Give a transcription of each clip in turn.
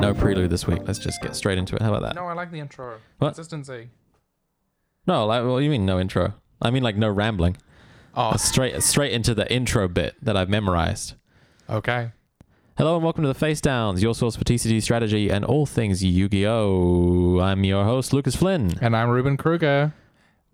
no prelude this week. Let's just get straight into it. How about that? No, I like the intro. What? Consistency. No, like, what do you mean no intro? I mean like no rambling. Oh, Straight, straight into the intro bit that I've memorized. okay. Hello and welcome to the Face Downs, your source for TCG strategy and all things Yu-Gi-Oh. I'm your host Lucas Flynn. And I'm Ruben Kruger.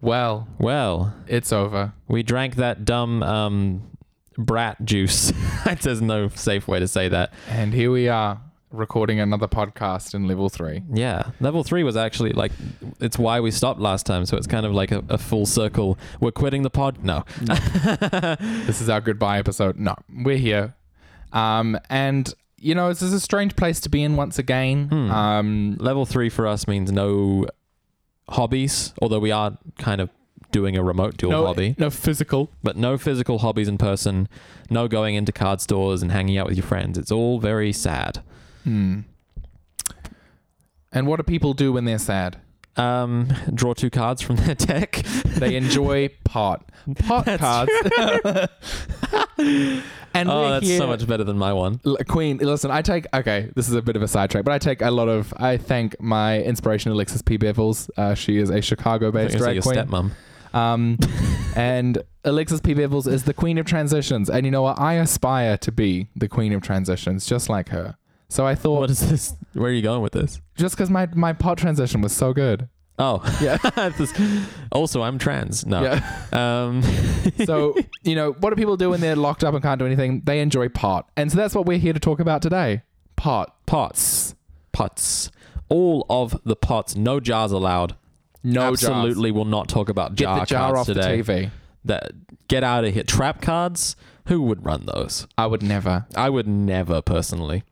Well, Well, it's over. we drank that dumb um, brat juice. There's no safe way to say that. And here we are recording another podcast in level three. Yeah, level three was actually like it's why we stopped last time. So it's kind of like a, a full circle. We're quitting the pod. No, This is our goodbye episode. No, we're here. Um, and you know, this is a strange place to be in once again. Hmm. Um, level three for us means no hobbies, although we are kind of doing a remote dual no, hobby, no physical. but no physical hobbies in person, no going into card stores and hanging out with your friends. It's all very sad. Hmm. And what do people do when they're sad? Um, draw two cards from their deck. They enjoy pot, pot cards. and oh, we're that's here- so much better than my one. L- Queen, listen, I take okay. This is a bit of a sidetrack, but I take a lot of. I thank my inspiration, Alexis P. Bevels. Uh, she is a I was Chicago-based gonna say drag your queen, stepmom. um, and Alexis P. Bevels is the queen of transitions. And you know what? I aspire to be the queen of transitions, just like her. So I thought, What is this? Where are you going with this? just because my my pot transition was so good, Oh, Yeah. This- also, I'm trans. No. yeah. Um, so you know, what do people do when they're locked up and can't do anything? They enjoy pot, and so that's what we're here to talk about today. Pot, pots, pots, all of the pots. No jars allowed. no jars. Absolutely, will not talk about Get jar the jar cards off today. the TV. That get out of here. Trap cards. Who would run those? I would never. I would never personally.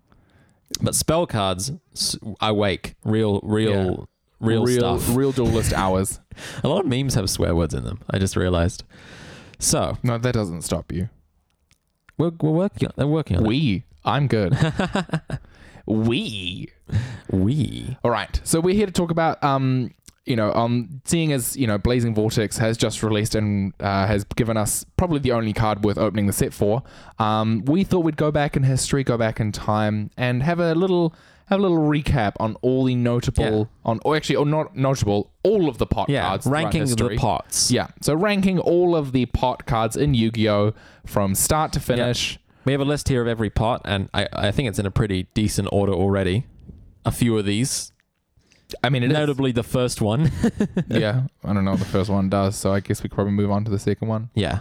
But spell cards, s- I wake. Real, real, real, stuff. real duelist hours. A lot of memes have swear words in them. I just realized. So No, that doesn't stop you. we're, we're working. They're working on We, I'm good. we. it. We. All right. So we're here to talk about, um, you know, um, seeing as you know, Blazing Vortex has just released and uh, has given us probably the only card worth opening the set for. Um, we thought we'd go back in history, go back in time, and have a little. Have a little recap on all the notable, on or actually, or not notable, all of the pot Yeah. cards. throughout ranking the history. pots. Yeah. So ranking all of the pot cards in Yu-Gi-Oh from start to finish. We have a list here of every pot, and I, I think it's in a pretty decent order already. A few of these, I mean, it is. notably the first one. yeah. I don't know what the first one does, so I guess we could probably move on to the second one. yeah.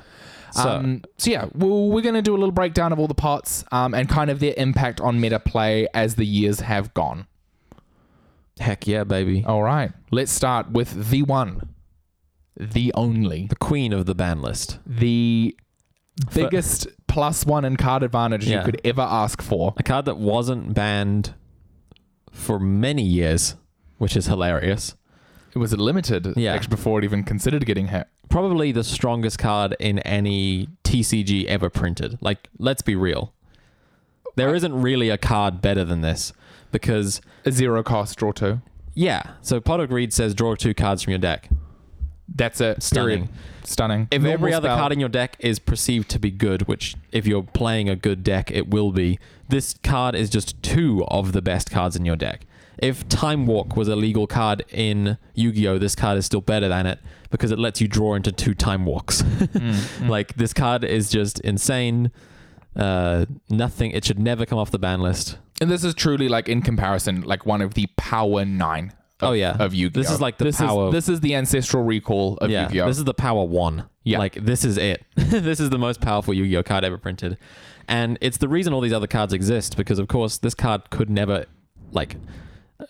So, um, so yeah, well, we're going to do a little breakdown of all the pots um, and kind of their impact on meta play as the years have gone. heck yeah, baby. All right, let's start with the one, the only, The queen of the ban list. the biggest plus one in card advantage Yeah. you could ever ask for. A card that wasn't banned for many years, which is hilarious. It was limited Yeah. actually before it even considered getting hit. Probably the strongest card in any TCG ever printed. Like, let's be real. There isn't really a card better than this because Zero cost, draw two. yeah. So Pot of Greed says draw two cards from your deck. That's it. Stunning. Period. Stunning. if Normal every other spell. card in your deck is perceived to be good, which if you're playing a good deck, it will be, this card is just two of the best cards in your deck. If Time Walk was a legal card in Yu Gi Oh!, this card is still better than it because it lets you draw into two Time Walks. Mm-hmm. like, this card is just insane. Uh, nothing, it should never come off the ban list. and this is truly like in comparison, like one of the power nine. Of, Oh, yeah. of Yu-Gi-Oh. This is like the this power- Is, this is the ancestral recall of yeah, Yu-Gi-Oh. this is the power one. Yeah. like this is it. this is the most powerful Yu-Gi-Oh card ever printed, and it's the reason all these other cards exist because, of course, this card could never, like,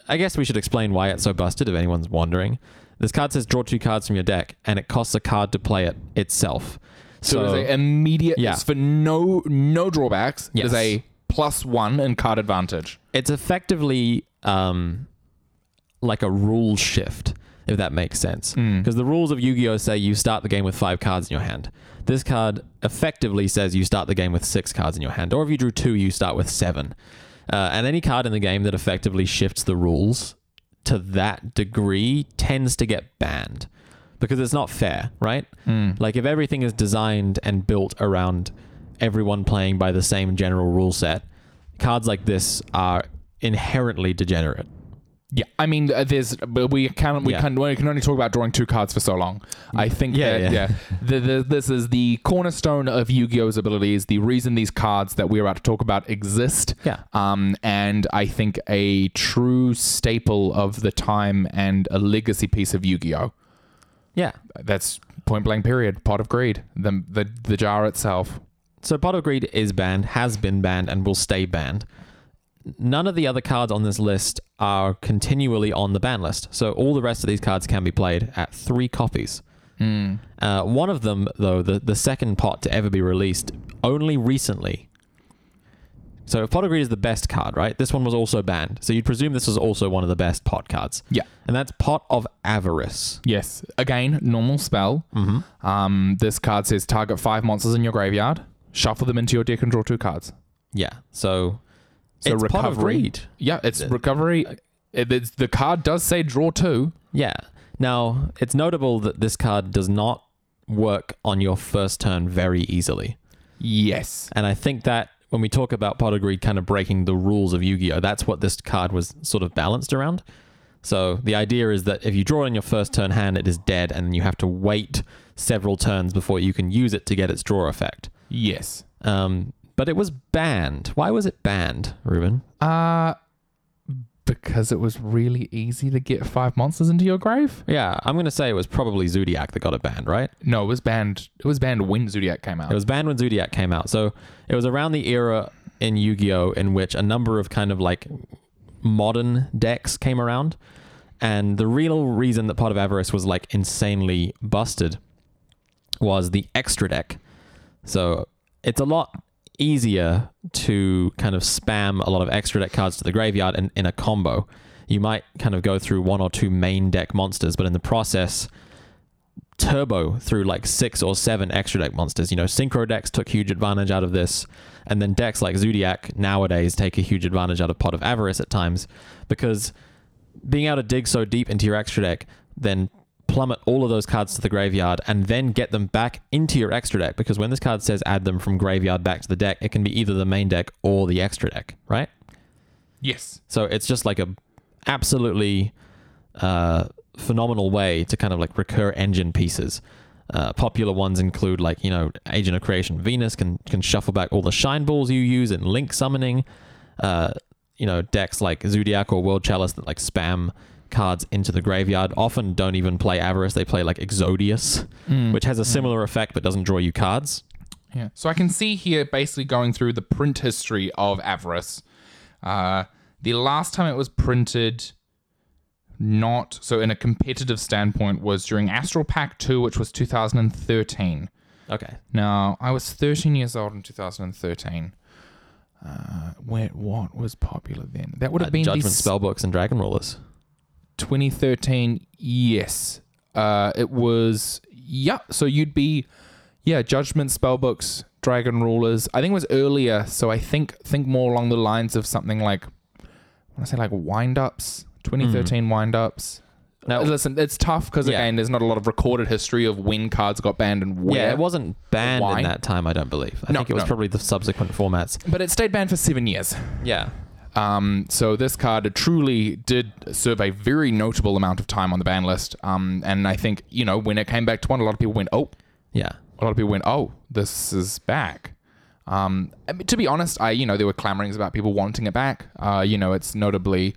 I guess we should explain why it's so busted if anyone's wondering. This card says draw two cards from your deck, and it costs a card to play it itself. so So, it's a immediate. Yeah. It's for no no drawbacks. It Yes. is a plus one in card advantage. it's effectively um, like a rule shift, if that makes sense. Because the rules of Yu Gi Oh say you start the game with five cards in your hand. This card effectively says you start the game with six cards in your hand, or if you drew two, you start with seven. Uh, and any card in the game that effectively shifts the rules to that degree tends to get banned because it's not fair, right? Like if everything is designed and built around everyone playing by the same general rule set, cards like this are inherently degenerate. Yeah, I mean, uh, there's but we can we Yeah. Mm. can we can only talk about drawing two cards for so long. I think Yeah, that, yeah, yeah. the, the, this is the cornerstone of Yu-Gi-Oh's abilities. The reason these cards that we're about to talk about exist. Yeah. Um, and I think a true staple of the time and a legacy piece of Yu-Gi-Oh. Yeah. That's point blank. Period. Pot of Greed. The the the jar itself. So Pot of Greed is banned, has been banned, and will stay banned. None of the other cards on this list are continually on the ban list. So all the rest of these cards can be played at three copies. Hmm. Uh, one of them, though, the, the second pot to ever be released, only recently. So if Pot of Greed is the best card, right? This one was also banned. So you'd presume this was also one of the best pot cards. Yeah. And that's Pot of Avarice. Yes. Again, normal spell. Mm-hmm. Um, this card says target five monsters in your graveyard, shuffle them into your deck, and draw two cards. Yeah. So, So it's Pot of recovery. Greed. Yeah, it's recovery. It, it's, the card does say draw two. Yeah. Now, it's notable that this card does not work on your first turn very easily. Yes. And I think that when we talk about Pot of Greed kind of breaking the rules of Yu Gi Oh!, that's what this card was sort of balanced around. So the idea is that if you draw in your first turn hand, it is dead, and you have to wait several turns before you can use it to get its draw effect. Yes. Um, but it was banned. Why was it banned, Ruben? Uh because it was really easy to get five monsters into your grave. Yeah, I'm going to say it was probably Zodiac that got it banned, right? No, it was banned. It was banned when Zodiac came out. It was banned when Zodiac came out. So it was around the era in Yu Gi Oh! in which a number of kind of like modern decks came around. And the real reason that Pot of Avarice was like insanely busted was the extra deck. So it's a lot easier to kind of spam a lot of extra deck cards to the graveyard in, in a combo. You might kind of go through one or two main deck monsters, but in the process, turbo through like six or seven extra deck monsters. You know, synchro decks took huge advantage out of this, and then decks like Zodiac nowadays take a huge advantage out of Pot of Avarice at times because being able to dig so deep into your extra deck, then plummet all of those cards to the graveyard and then get them back into your extra deck because when this card says add them from graveyard back to the deck, it can be either the main deck or the extra deck, right? yes. So it's just like a absolutely uh, phenomenal way to kind of like recur engine pieces. Uh, popular ones include like you know Agent of Creation Venus can can shuffle back all the shine balls you use in Link summoning. Uh, you know decks like Zodiac or World Chalice that like spam cards into the graveyard often don't even play Avarice. They play like Exodius, which has a similar effect but doesn't draw you cards. Yeah. So I can see here basically going through the print history of Avarice. Uh, the last time it was printed, not so in a competitive standpoint, was during Astral Pack 2, which was 2013. Okay, Now, I was 13 years old in 2013. Uh, where, what was popular then? That would have Uh, been Judgment the s- Spellbooks and Dragon Rulers. 2013. Yes. Uh, it was, yeah. So you'd be, yeah, Judgment Spellbooks, Dragon Rulers. I think it was earlier. So I think think more along the lines of something like, I want to say like Wind Ups, 2013 Wind Ups. Mm. Now- Uh, listen, it's tough because, Yeah. again, there's not a lot of recorded history of when cards got banned and where. Yeah, it wasn't banned Why? in that time, I don't believe. I No, think it was no. probably the subsequent formats. But it stayed banned for seven years. Yeah. Um, so this card truly did serve a very notable amount of time on the ban list. Um, and I think you know when it came back to one, a lot of people went, "Oh," Yeah. a lot of people went, "Oh, this is back." Um, I mean, to be honest, I you know there were clamorings about people wanting it back. Uh, you know, it's notably,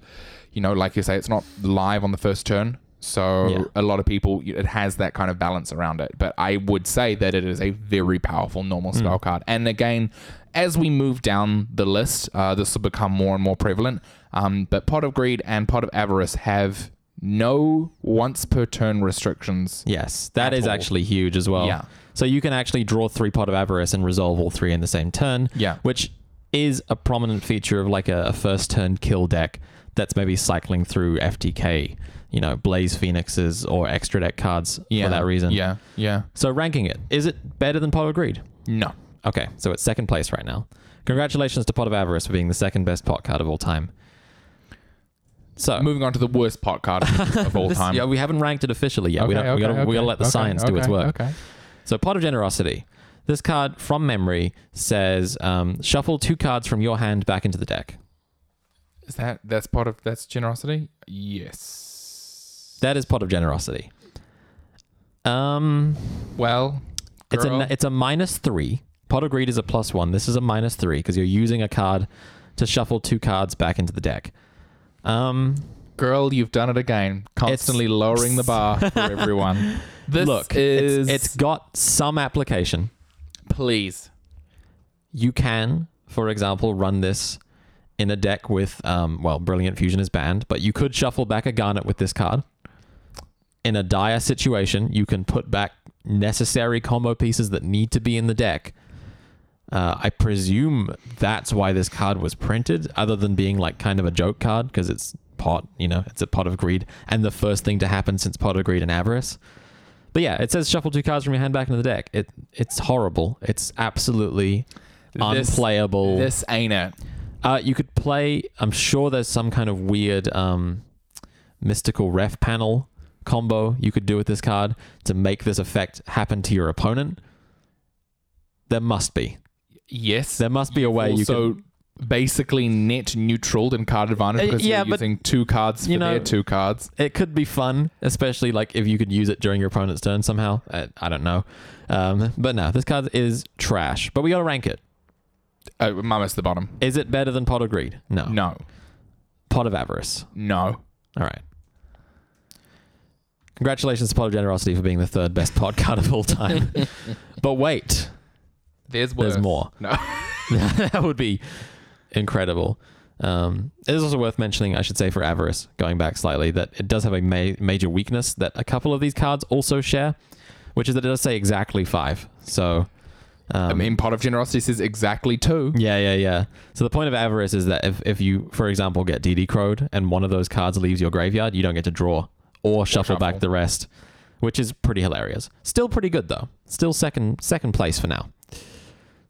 you know, like you say, it's not live on the first turn, so Yeah. a lot of people it has that kind of balance around it. But I would say that it is a very powerful Hmm. normal spell card. And again, as we move down the list, uh, this will become more and more prevalent. Um, but Pot of Greed and Pot of Avarice have no once per turn restrictions. Yes. That At is all. actually huge as well. Yeah. So you can actually draw three Pot of Avarice and resolve all three in the same turn. Yeah. Which is a prominent feature of like a, a first turn kill deck that's maybe cycling through FTK, you know, Blaze Phoenixes or extra deck cards for that reason. Yeah, yeah. So ranking it, is it better than Pot of Greed? No. Okay, so it's second place right now. Congratulations to Pot of Avarice for being the second best pot card of all time. So Moving on to the worst pot card of all Uh, this- time. yeah, we hahaven't ranked it officially yet. we don't, we gotta, we gotta let the science do its work. Okay. So Pot of Generosity. This card from memory says um, shuffle two cards from your hand back into the deck. Is that that's part of that's generosity? Yes. That is pot of generosity. Um, well, it's girl, a it's a minus three. Pot of greed is a plus one. This is a minus three because you're using a card to shuffle two cards back into the deck. Um, girl, you've done it again. Constantly lowering the bar for everyone. This look, is it's, it's got some application. please. You can, for example, run this in a deck with, um, well, Brilliant Fusion is banned, but you could shuffle back a Garnet with this card. In a dire situation, you can put back necessary combo pieces that need to be in the deck. Uh, I presume that's why this card was printed, other than being like kind of a joke card because it's pot, you know, it's a pot of greed and the first thing to happen since pot of greed and avarice. But yeah, it says shuffle two cards from your hand back into the deck. It it's horrible. It's absolutely This- unplayable. This ain't it. Uh, you could play. I'm sure there's some kind of weird um, mystical ref panel combo you could do with this card to make this effect happen to your opponent. There must be. Yes. There must be a way you also can. basically net neutraled in card advantage Uh, because yeah, you're but- using two cards for you know- their two cards. It could be fun, especially like if you could use it during your opponent's turn somehow. I, I don't know, um, but no, this card is trash. But we gotta rank it. Uh, Mama's the bottom. Is it better than Pot of Greed? No. No, Pot of Avarice. no. All right. Congratulations to Pot of Generosity for being the third best pod card of all time. but wait, There's worse. there's more. No. that would be incredible. Um, it is also worth mentioning, I should say, for Avarice, going back slightly, that it does have a ma- major weakness that a couple of these cards also share, which is that it does say exactly five. So, um, I mean, pot of generosity says exactly two. yeah, yeah, yeah. So the point of avarice is that if, if you, for example, get DD crowed and one of those cards leaves your graveyard, you don't get to draw or shuffle, shuffle. back the rest, which is pretty hilarious. Still pretty good though. Still second second place for now.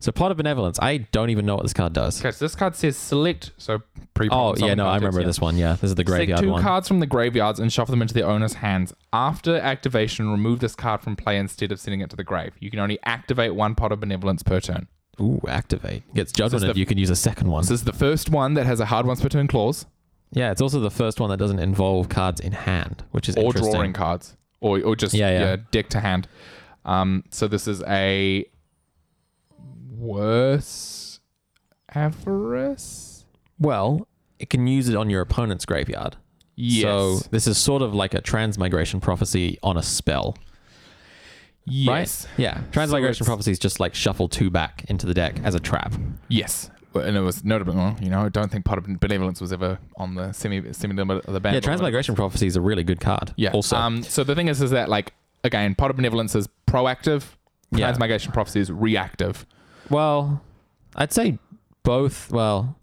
So pot of benevolence. I don't even know what this card does. Okay, so this card says select. So pre. Oh yeah, no, I remember this one. Yeah, this is the Select graveyard two one. cards from the graveyards and shuffle them into their owner's hands. After activation, remove this card from play instead of sending it to the grave. You can only activate one pot of benevolence per turn. Ooh, activate. Gets judgment is if the- you can use a second one. This is the first one that has a hard once per turn clause yeah, it's also the first one that doesn't involve cards in hand, which is or interesting. drawing cards or, or just Yeah, yeah, yeah. deck to hand. Um, so this is a worse avarice. Well, it can use it on your opponent's graveyard. Yes. So this is sort of like a transmigration prophecy on a spell, yes. right? Yeah. Transmigration it's- prophecy is just like shuffle two back into the deck as a trap. Yes. Well, And it was notable, well, you know, I don't think part of benevolence was ever on the semi semi the band. Yeah, transmigration prophecy is a really good card. Yeah. Also, Um so the thing is is that like again, part of benevolence is proactive, Yeah. transmigration prophecy is reactive. well, I'd say both. Well,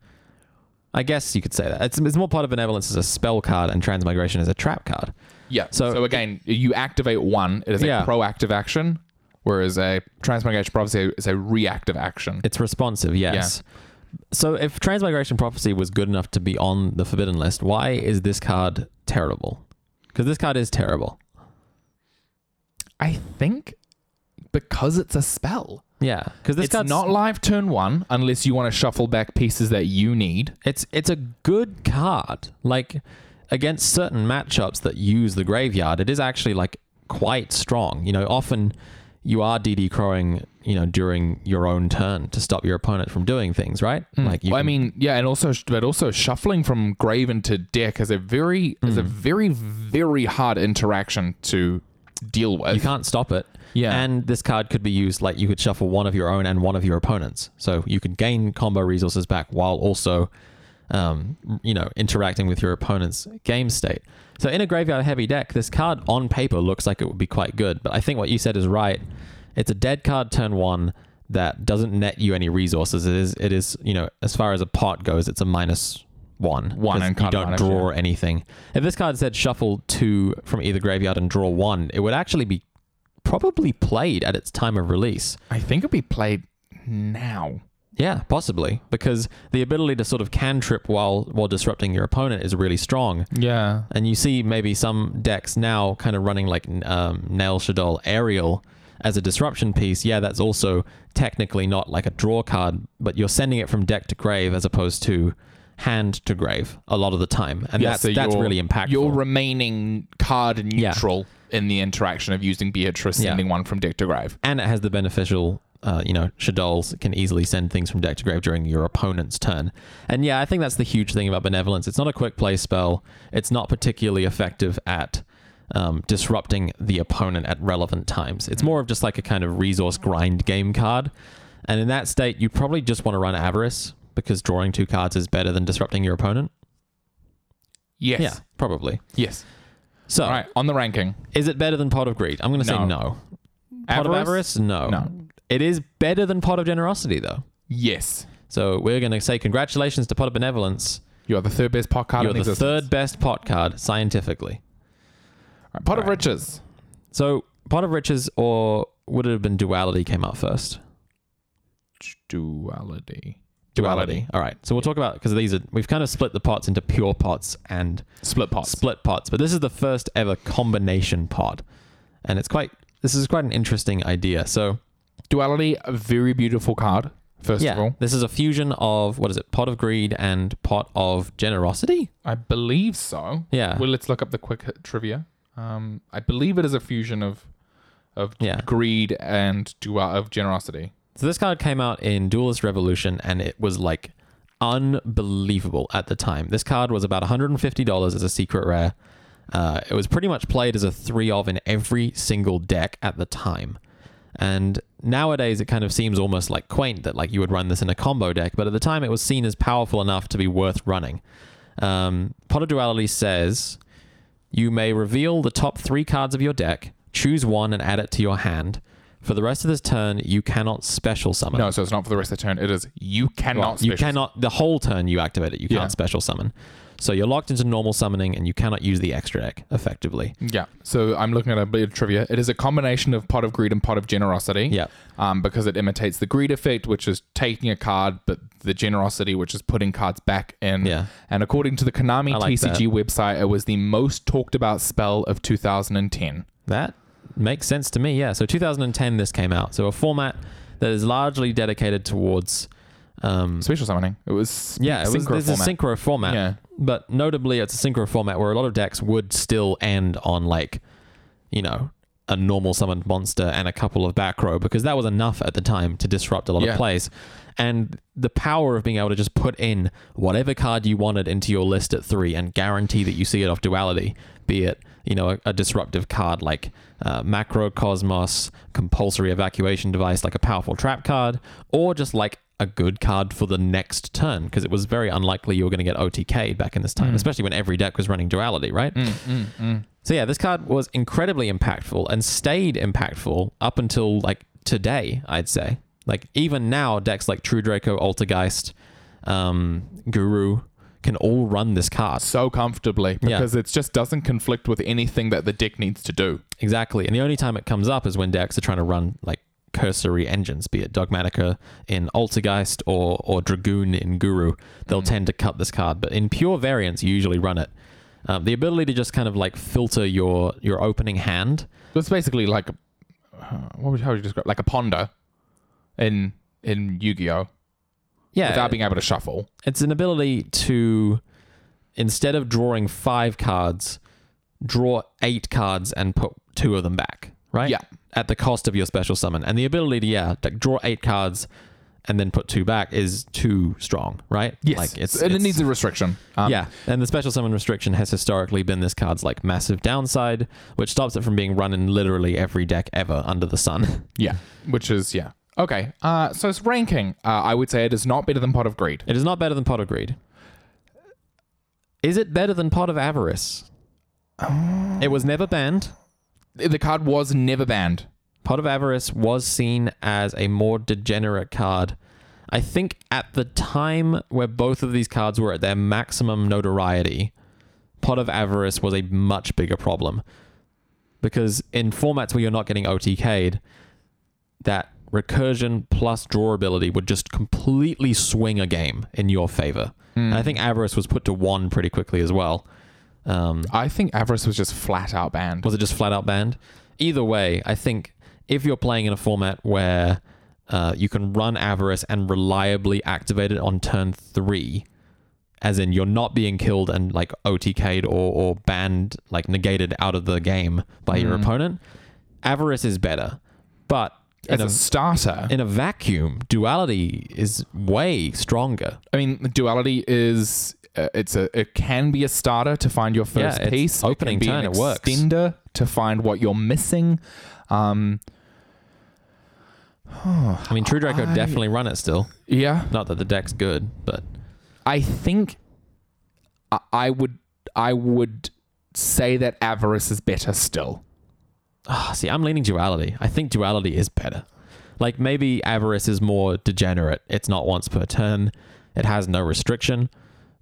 I guess you could say that. It's, it's more part of benevolence as a spell card, and transmigration is a trap card. Yeah. So- So, again, you activate one, it is Yeah. a proactive action, whereas a transmigration prophecy is a reactive action. It's responsive, yes. So if Transmigration Prophecy was good enough to be on the Forbidden list, why is this card terrible? Because this card is terrible. I think because it's a spell. Yeah, because this it's card's not live turn one unless you want to shuffle back pieces that you need. It's it's a good card. Like against certain matchups that use the graveyard, it is actually like quite strong. You know, often you are DD crowing, you know, during your own turn to stop your opponent from doing things, right? Like you Mm. Well, I can- mean, yeah, and also, but also shuffling from grave into deck is a very is Hmm. a very very hard interaction to deal you with. can't stop it. Yeah. And this card could be used like you could shuffle one of your own and one of your opponent's. So you could gain combo resources back while also um, you know, interacting with your opponent's game state. So in a graveyard heavy deck, this card on paper looks like it would be quite good, but I think what you said is right. It's a dead card turn 1 that doesn't net you any resources. It is it is, you know, as far as a pot goes, it's a minus 1. One 'cause and you card don't advantage, draw or anything. If this card said shuffle 2 from either graveyard and draw 1, it would actually be probably played at its time of release. I think it'd be played now. Yeah, possibly because the ability to sort of cantrip while while disrupting your opponent is really strong. Yeah, And you see maybe some decks now kind of running like um, Nail Shadol Aerial as a disruption piece. Yeah, that's also technically not like a draw card, but you're sending it from deck to grave as opposed to hand to grave a lot of the time, and Yeah, that's so that's you're- really impactful. You're remaining card neutral in the interaction of using Beatrice Yeah. sending one from deck to grave. and it has the beneficial uh, you know shadols can easily send things from deck to grave during your opponent's turn and yeah i think that's the huge thing about benevolence it's not a quick play spell it's not particularly effective at um, disrupting the opponent at relevant times it's more of just like a kind of resource grind game card and in that state you probably just want to run avarice because drawing two cards is better than disrupting your opponent Yes. yeah probably Yes. so All right. On the ranking. is it better than pot of greed i'm going to No. say no pot of avarice no No. it is better than pot of generosity though Yes. So we're going to say congratulations to Pot of Benevolence. You are the third best pot card You're in the existence. third best pot card scientifically. All right, Pot of All right. riches. So Pot of Riches or would it have been Duality came out first? Duality. All right. So we'll talk about because these are we've kind of split the pots into pure pots and Split pots. split pots, but this is the first ever combination pot, and it's quite this is quite an interesting idea. So Duality, a very beautiful card. First of all, this is a fusion of what is it? Pot of Greed and Pot of Generosity. I believe so. Yeah. Well, let's look up the quick hit trivia. Um, I believe it is a fusion of of Yeah. greed and dual of generosity. So this card came out in Duelist Revolution and it was like unbelievable at the time. This card was about $150 as a secret rare. Uh, it was pretty much played as a three of in every single deck at the time. And nowadays it kind of seems almost like quaint that like you would run this in a combo deck, but at the time it was seen as powerful enough to be worth running. Um, Pot of Duality says you may reveal the top three cards of your deck, choose one and add it to your hand. For the rest of this turn, you cannot special summon. No, so it's not for the rest of the turn. It is you cannot. Well, you special- cannot the whole turn you activate it. You Yeah. can't special summon. So you're locked into normal summoning and you cannot use the extra deck effectively. Yeah. So I'm looking at a bit of trivia. It is a combination of pot of greed and pot of generosity. Yeah. Um, because it imitates the greed effect, which is taking a card, but the generosity, which is putting cards back in. Yeah. And according to the Konami I like TCG website, it was the most talked about spell of 2010. That makes sense to me. Yeah. So 2010 this came out. So a format that is largely dedicated towards um Special summoning. It was yeah, it was, synchro this is format. a synchro format. Yeah. But notably, it's a synchro format where a lot of decks would still end on like, you know, a normal summoned monster and a couple of back row because that was enough at the time to disrupt a lot Yeah. of plays. And the power of being able to just put in whatever card you wanted into your list at three and guarantee that you see it off duality, be it you know a, a disruptive card like uh, Macro Cosmos, compulsory evacuation device like a powerful trap card, or just like a good card for the next turn because it was very unlikely you were going to get OTK'd back in this time, especially when every deck was running duality, right? So yeah, this card was incredibly impactful and stayed impactful up until like today, I'd say. Like even now, decks like True Draco, Altergeist, um, Guru can all run this card. so comfortably because it just doesn't conflict with anything that the deck needs to do. Exactly. And the only time it comes up is when decks are trying to run like cursory engines, be it Dogmatica in Altergeist or or Dragoon in Guru. They'll tend to cut this card, but in pure variants, you usually run it. Um, the ability to just kind of like filter your your opening hand So it's basically like uh, what would, how would you describe like a ponder in in Yu-Gi-Oh yeah, without being able to shuffle. It's an ability to, instead of drawing five cards, draw eight cards and put two of them back, right? Yeah. At the cost of your special summon. And the ability to, yeah, to draw eight cards and then put two back is too strong, right? Like it's, and it it's- needs a restriction. Um, yeah, and the special summon restriction has historically been this card's like massive downside, which stops it from being run in literally every deck ever under the sun. yeah, which is yeah. Okay, uh, so it's ranking. Uh, I would say it is not better than Pot of Greed. It is not better than Pot of Greed. Is it better than Pot of Avarice? It was never banned. The card was never banned. Pot of Avarice was seen as a more degenerate card. I think at the time where both of these cards were at their maximum notoriety, Pot of Avarice was a much bigger problem. Because in formats where you're not getting OTK'd, that recursion plus draw ability would just completely swing a game in your favor. And I think Avarice was put to one pretty quickly as well. Um, I think Avarice was just flat out banned. was it just flat out banned? Either way, I think if you're playing in a format where uh, you can run Avarice and reliably activate it on turn three, as in you're not being killed and like OTK'd or, or banned, like negated out of the game by your Mm. opponent. Avarice is better, but in As a, a starter, in a vacuum, duality is way stronger. I mean, duality is uh, it's a it can be a starter to find your first Yeah, it's piece. opening it can be turn, an it works. Extender to find what you're missing. Um, I mean, True Draco I- definitely run it still. yeah, Not that the deck's good, but I think I, I would I would say that avarice is better still. Ah, see, I'm leaning duality. I think duality is better. Like maybe avarice is more degenerate. It's not once per turn. It has no restriction.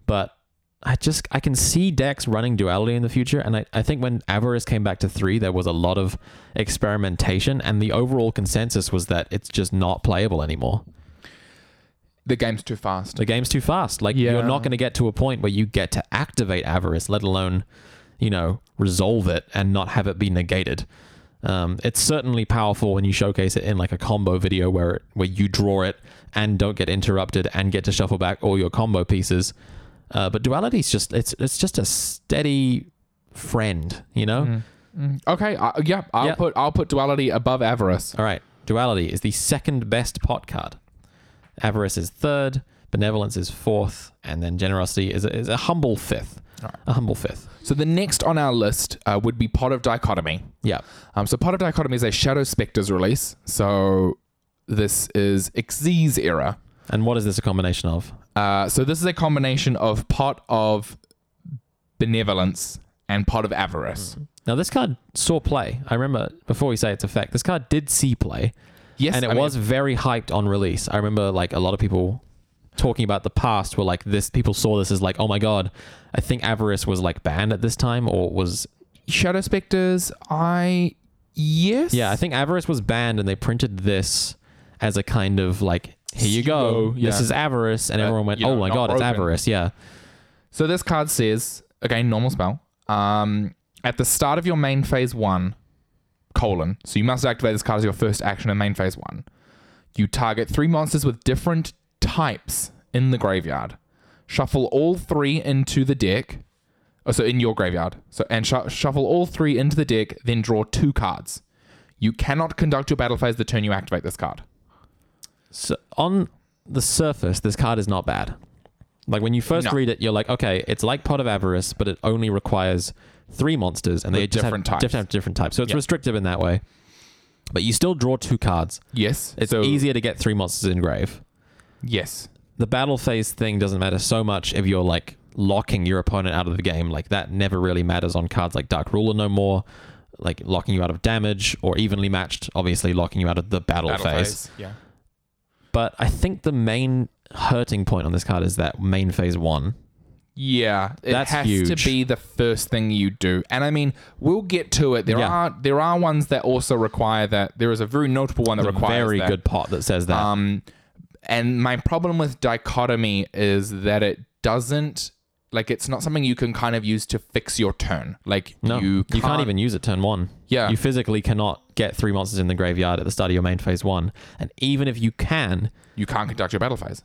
But I just I can see decks running duality in the future. And I, I think when avarice came back to three, there was a lot of experimentation and the overall consensus was that it's just not playable anymore. The game's too fast. The game's too fast. Like Yeah. you're not gonna get to a point where you get to activate avarice, let alone, you know, resolve it and not have it be negated. Um, it's certainly powerful when you showcase it in like a combo video where it, where you draw it and don't get interrupted and get to shuffle back all your combo pieces. Uh, but duality's just it's it's just a steady friend, you know. Okay, uh, yeah, I'll Yeah. put I'll put duality above avarice. All right, duality is the second best pot card. Avarice is third, benevolence is fourth, and then generosity is a, is a humble fifth. All right. A humble fifth. So the next on our list uh, would be Pot of Dichotomy. Yeah. Um, so Pot of Dichotomy is a Shadow Spectres release. So this is Xyz era. And what is this a combination of? Uh, so this is a combination of Pot of Benevolence and Pot of Avarice. Now this card saw play. I remember before we say its effect, this card did see play, Yes, and it I mean, was very hyped on release. I remember like a lot of people talking about the past were like this. People saw this as like, oh my god, I think avarice was like banned at this time or was Shadow Spectres. I yes. Yeah, I think Avarice was banned and they printed this as a kind of like, here you go. Pseudo, yeah. This is Avarice. And Uh, everyone went, you know, oh my not God, it's broken. Avarice. Yeah. So this card says okay, normal spell. Um, at the start of your main phase one, colon. So you must activate this card as your first action in main phase one. You target three monsters with different types in the graveyard. Shuffle all three into the deck. Oh, so in your graveyard. So and sh- shuffle all three into the deck, then draw two cards. You cannot conduct your battle phase the turn you activate this card. So on the surface, this card is not bad. Like when you first No. read it, you're like, okay, it's like Pot of Avarice, but it only requires three monsters and they With just different have, types. different, different types. So it's Yeah. restrictive in that way. But you still draw two cards. Yes. It's so, easier to get three monsters in grave. Yes. the battle phase thing doesn't matter so much if you're like locking your opponent out of the game. Like that never really matters on cards like Dark Ruler no more, like locking you out of damage or evenly matched, obviously locking you out of the battle, phase. Yeah. But I think the main hurting point on this card is that main phase one. Yeah, it That's has huge. to be the first thing you do. And I mean, we'll get to it. There Yeah. are there are ones that also require that. There is a very notable one that A requires very that. good pot that says that. Um, and my problem with dichotomy is that it doesn't like it's not something you can kind of use to fix your turn. Like no, you can't, even use it turn one. Yeah. You physically cannot get three monsters in the graveyard at the start of your main phase one. And even if you can, you can't conduct your battle phase.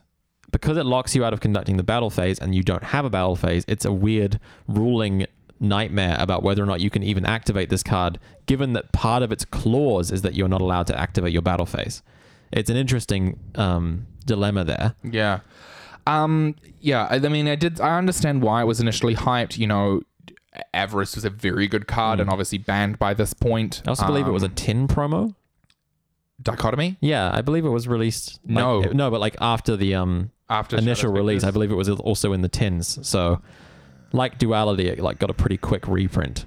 because it locks you out of conducting the battle phase and you don't have a battle phase, it's a weird ruling nightmare about whether or not you can even activate this card, given that part of its clause is that you're not allowed to activate your battle phase. It's an interesting um, dilemma there. Yeah. Um, yeah, I I mean, I did. I understand why it was initially hyped. You know, Avarice was a very good card, and obviously banned by this point. Mm. I also believe it was a Um, tin promo. dichotomy. Yeah, I believe it was released. like- No. no, but like after the um, after initial Shadow release, I Spectres. believe it was also in the tins. So, like duality, it like got a pretty quick reprint.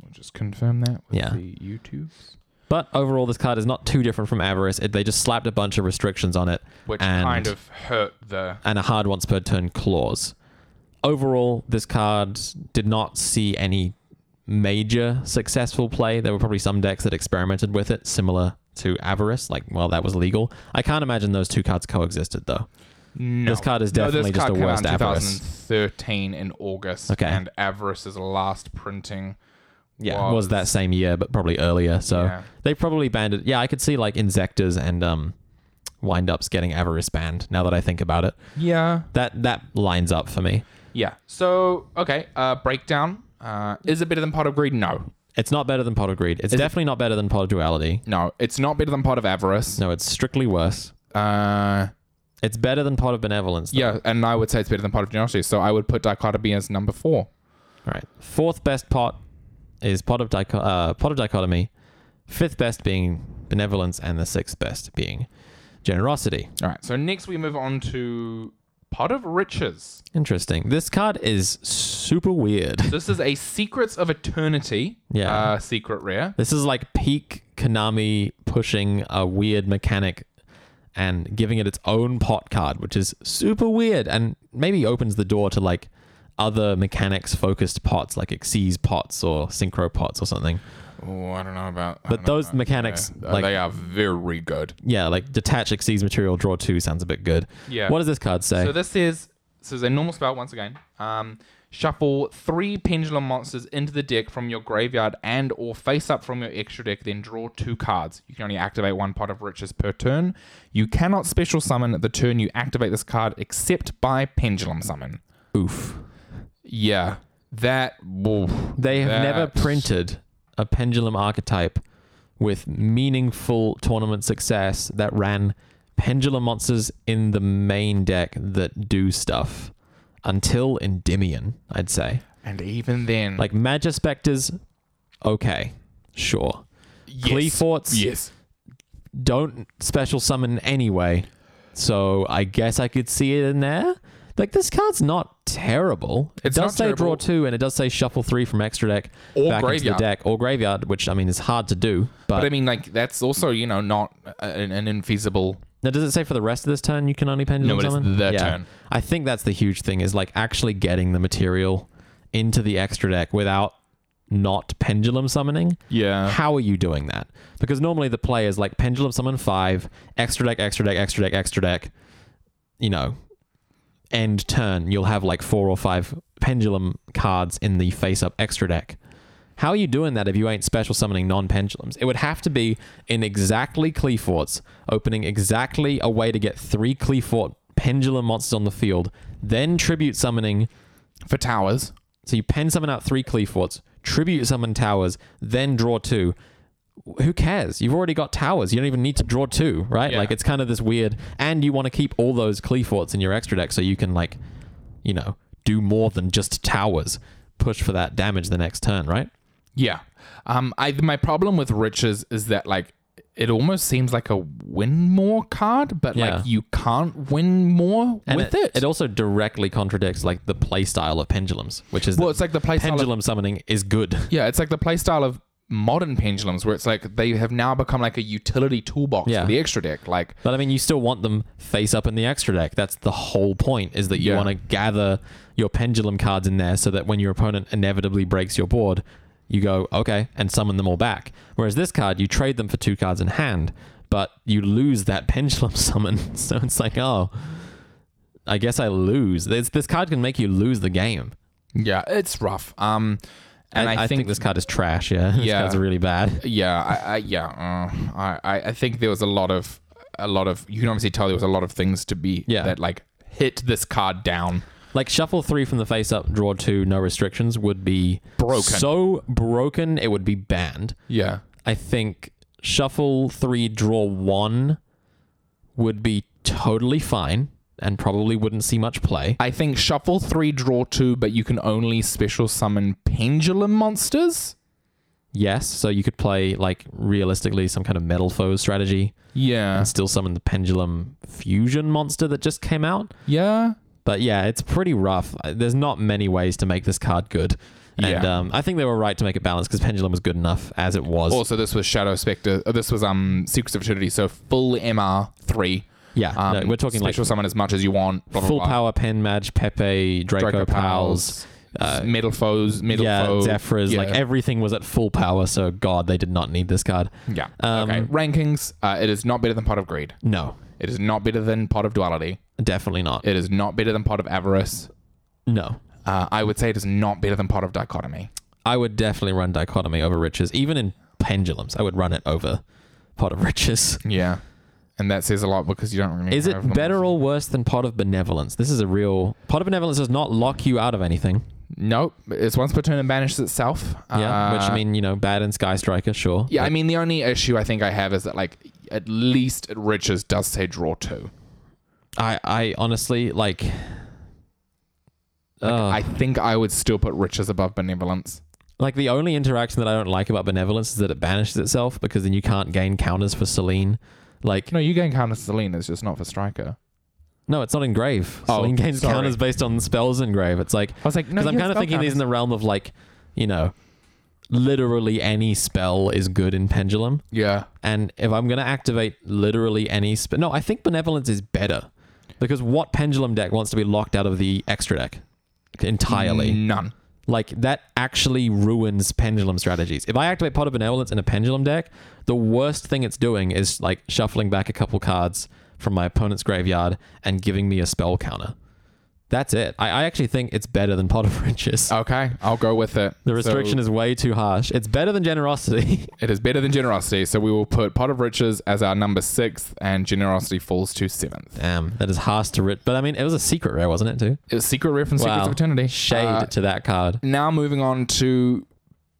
We'll just confirm that with Yeah. the YouTubes. But overall, this card is not too different from Avarice. It, they just slapped a bunch of restrictions on it, Which and, kind of hurt the and a hard once per turn clause. Overall, this card did not see any major successful play. There were probably some decks that experimented with it, similar to Avarice. Like, well, that was legal. I can't imagine those two cards coexisted though. no. This card is No, definitely this just card a came out worst in Avarice. 2013 in August. Okay. And Avarice's last printing. Yeah, was, was that same year, but probably earlier. So Yeah. they probably banned it. Yeah, I could see like Insectors and um, windups getting avarice banned. Now that I think about it, Yeah. that that lines up for me. Yeah. So okay, uh, breakdown. Uh, is it better than Pot of Greed? No. It's not better than Pot of Greed. It's definitely not better than Pot of Duality. No, it's not better than Pot of Avarice. No, it's strictly worse. Uh, It's better than Pot of Benevolence. though. yeah, and I would say it's better than Pot of Generosity. So I would put Dichotomy as number four. All right. Fourth best pot is Pot of, Dicho- uh, pot of Dichotomy. Fifth best being Benevolence, and the sixth best being Generosity. All right. So next we move on to Pot of Riches. Interesting. This card is super weird. This is a Secrets of Eternity. Yeah. Uh, secret rare. This is like peak Konami pushing a weird mechanic and giving it its own pot card, which is super weird and maybe opens the door to like other mechanics focused pots like Xyz pots or Synchro pots or something. Oh, I don't know about. But those mechanics, like, they are very good. yeah, like detach Xyz material, draw two sounds a bit good. Yeah. What does this card say? So this is so is a normal spell once again. Um, shuffle three pendulum monsters into the deck from your graveyard and or face up from your extra deck. Then draw two cards. You can only activate one pot of riches per turn. You cannot special summon the turn you activate this card except by pendulum summon. Oof. Yeah, that. oof, They have never that- printed a pendulum archetype with meaningful tournament success that ran pendulum monsters in the main deck that do stuff until Endymion, I'd say. And even then, Like Magispectors, okay, sure. Cleforts Yes. don't special summon anyway, so I guess I could see it in there. Like this card's not terrible. It It's does not say draw terrible. two, and it does say shuffle three from extra deck Or back into the graveyard. deck or graveyard, which I mean is hard to do. But, But I mean, like that's also you know not a- an, an infeasible. now, does it say for the rest of this turn you can only pendulum No, but it's summon? the turn. I think that's the huge thing is like actually getting the material into the extra deck without not pendulum summoning. Yeah. How are you doing that? Because normally the play is like pendulum summon five, extra deck, extra deck, extra deck, extra deck. You know, end turn you'll have like four or five pendulum cards in the face up extra deck. How are you doing that if you ain't special summoning non pendulums? It would have to be in exactly Cleforts, opening exactly a way to get three Clefort pendulum monsters on the field, then tribute summoning For towers. so you pen summon out three Cleforts, tribute summon towers, then draw two. Who cares? You've already got towers. You don't even need to draw two, right? Yeah. Like it's kind of this weird. And you want to keep all those Cleforts in your extra deck so you can like, you know, do more than just towers. Push for that damage the next turn, right? Yeah. Um, I my problem with riches is that like it almost seems like a win more card, but Yeah. like you can't win more And with it. it also directly contradicts like the playstyle of pendulums, which is well, that it's like the play style. Of, pendulum summoning is good. yeah, it's like the play style of modern pendulums, where it's like they have now become like a utility toolbox Yeah. for the extra deck. Like But I mean, you still want them face up in the extra deck. That's the whole point, is that you Yeah. want to gather your pendulum cards in there so that when your opponent inevitably breaks your board, you go, okay, and summon them all back. Whereas this card, you trade them for two cards in hand, but you lose that pendulum summon. So it's like, oh, I guess I lose. This, this card can make you lose the game. yeah, it's rough. Um, And I, I think, this card is trash, yeah. This Yeah. card's really bad. yeah, I, I yeah, uh, I, I I think there was a lot of a lot of you can obviously tell there was a lot of things to be Yeah. that like hit this card down. Like shuffle three from the face up, draw two, no restrictions would be Broken. So broken it would be banned. Yeah, I think shuffle three, draw one would be totally fine and probably wouldn't see much play. I think shuffle three, draw two, but you can only special summon pendulum monsters. Yes, so you could play like realistically some kind of metal foes strategy Yeah. and still summon the pendulum fusion monster that just came out. Yeah. But yeah, it's pretty rough. Uh, There's not many ways to make this card good. And Yeah. um, I think they were right to make it balanced because pendulum was good enough as it was. Also, this was Shadow Spectre. uh, This was um Secrets of Eternity. So full MR three. yeah, Um, no, we're talking like special summon as much as you want. Blah, blah, full blah. power pen match, Pepe, Draco, Draco Pals, pals. Uh, metal foes. Metal yeah, foes. Zephyrus, yeah. like everything was at full power, so God, they did not need this card. yeah. um, okay. Rankings. Uh, it is not better than Pot of Greed. No, It is not better than Pot of Duality. definitely not. It is not better than Pot of Avarice. No. Uh, I would say it is not better than Pot of Dichotomy. I would definitely run Dichotomy over Riches, even in Pendulums. I would run it over Pot of Riches. Yeah. and that says a lot because you don't really. Is have them. it better or worse than Pot of Benevolence? This is a real Pot of Benevolence does not lock you out of anything. Nope. It's once per turn and banishes itself. Yeah, which Uh, I mean, you know, bad and Sky Striker, sure. Yeah, I But mean the only issue I think I have is that like at least it riches does say draw two. I, I honestly like. Like, Ugh. I think I would still put riches above benevolence. Like the only interaction that I don't like about benevolence is that it banishes itself because then you can't gain counters for Celine. Like No, you gain counter Celine, it's just not for striker. no, it's not engrave. Oh, Celine gains sorry. counters based on spells engrave. It's like I was like, no, because I'm you kind have of thinking spell these in the realm of like, you know, literally any spell is good in Pendulum, counters. Yeah. and if I'm gonna activate literally any spell, no, I think benevolence is better because what Pendulum deck wants to be locked out of the extra deck entirely? None. Like that actually ruins pendulum strategies. If I activate Pot of Benevolence in a pendulum deck, the worst thing it's doing is like shuffling back a couple cards from my opponent's graveyard and giving me a spell counter. That's it. I, I actually think it's better than Pot of Riches. Okay, I'll go with it. the restriction is way too harsh. It's better than generosity. It is better than generosity, so we will put pot of riches as our number sixth, and generosity falls to seventh. Damn, that is harsh to writ. But I mean, it was a secret rare, wasn't it? Too It's secret reference, secrets of eternity. Shade Uh, to that card. now moving on to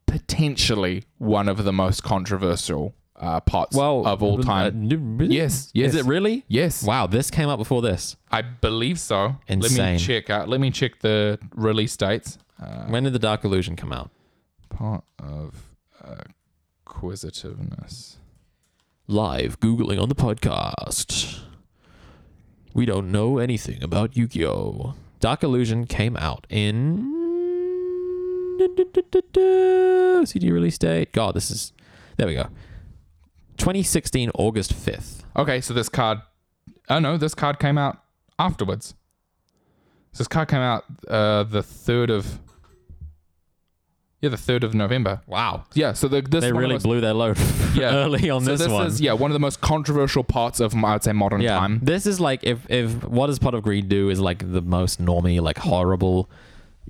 potentially one of the most controversial uh, pots Well, of all time. uh, yes, yes, Is it really? yes. Wow, this came up before this. I believe so. Let me Insane. check. Uh, let me check the release dates. Uh, When did the Dark Illusion come out? part of acquisitiveness. live googling on the podcast. We don't know anything about Yu-Gi-Oh. Dark Illusion came out in CD release date. God, this is there we go. 2016 August 5th. Okay, so this card. Oh no, this card came out afterwards. So this card came out uh, the third of. Yeah, the third of November. Wow. Yeah, so the, this They is one of really the most- blew their load Yeah. early on so this, one. is yeah one of the most controversial parts of I'd say modern yeah. time. This is like if if what does Pot of Greed do is like the most normy, like horrible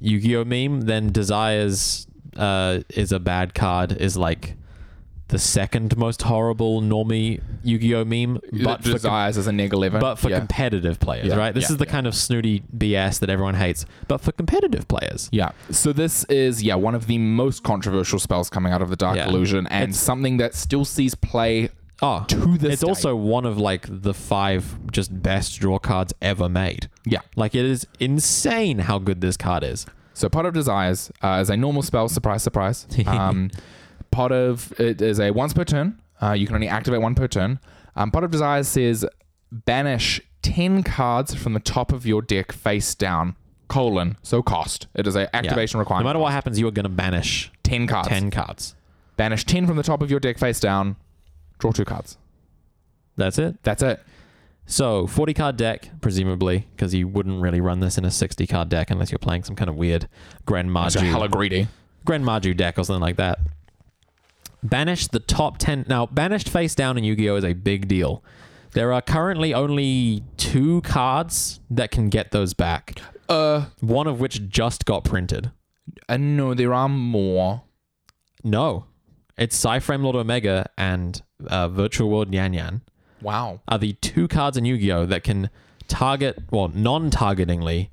Yu-Gi-Oh meme, then Desires uh is a bad card is like the second most horrible normie Yu-Gi-Oh meme, but But for, com- desires as a neg eleven. but for yeah. competitive players, Yeah. right? This Yeah. is the Yeah. kind of snooty BS that everyone hates, but for competitive players. Yeah. So this is yeah one of the most controversial spells coming out of the Dark Yeah. Illusion, and something that still sees play Oh, to this. it's day. also one of like the five just best draw cards ever made. yeah. Like it is insane how good this card is. So pot of desires uh, is a normal spell. Surprise, surprise. Um, pot of it is a once per turn. Uh, you can only activate one per turn. Um, pot of desires says banish ten cards from the top of your deck face down. Colon. So cost. It is a Yeah. activation requirement. No matter what happens, you are going to banish ten cards. 10 cards. Banish ten from the top of your deck face down. Draw two cards. That's it. That's it. So, 40 card deck, presumably, because you wouldn't really run this in a 60 card deck unless you're playing some kind of weird Grand So Marju, hella greedy. Grand Marju deck or something like that. Banish the top 10. Now, banished face down in Yu Gi Oh! is a big deal. There are currently only two cards that can get those back, Uh, one of which just got printed. uh no, there are more. No. It's Cyframe Lord Omega and uh, Virtual World Yan Yan. Wow. are the two cards in Yu-Gi-Oh that can target, well, non-targetingly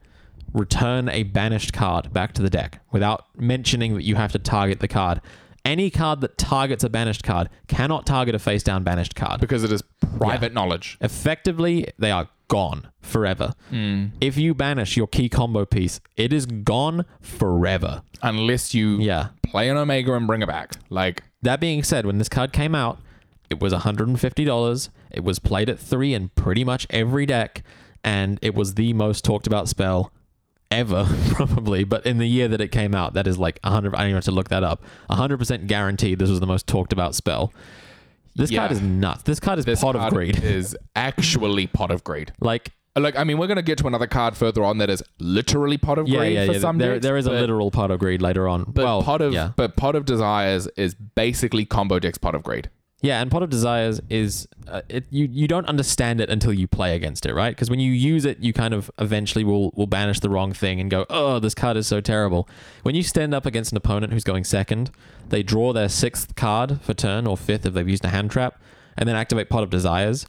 return a banished card back to the deck without mentioning that you have to target the card. Any card that targets a banished card cannot target a face-down banished card. Because it is private knowledge. Effectively, they are gone forever. If you banish your key combo piece, it is gone forever. Unless you Yeah. play an Omega and bring it back. Like That being said, when this card came out, it was $150. It was played at three in pretty much every deck, and it was the most talked about spell ever, probably. But in the year that it came out, that is like 100. I don't even have to look that up. 100% guaranteed this was the most talked about spell. This Yeah. card is nuts. This card is this pot card of greed. is actually pot of greed. like, Like I mean, we're gonna get to another card further on that is literally pot of yeah, greed yeah, for yeah. some there, decks, there is a but- literal pot of greed later on. But well, pot of yeah. but pot of desires is basically combo decks pot of greed. Yeah, and Pot of Desires is uh, it, you you don't understand it until you play against it, right? Because when you use it, you kind of eventually will will banish the wrong thing and go, oh, this card is so terrible. When you stand up against an opponent who's going second, they draw their sixth card for turn or fifth if they've used a hand trap, and then activate Pot of Desires.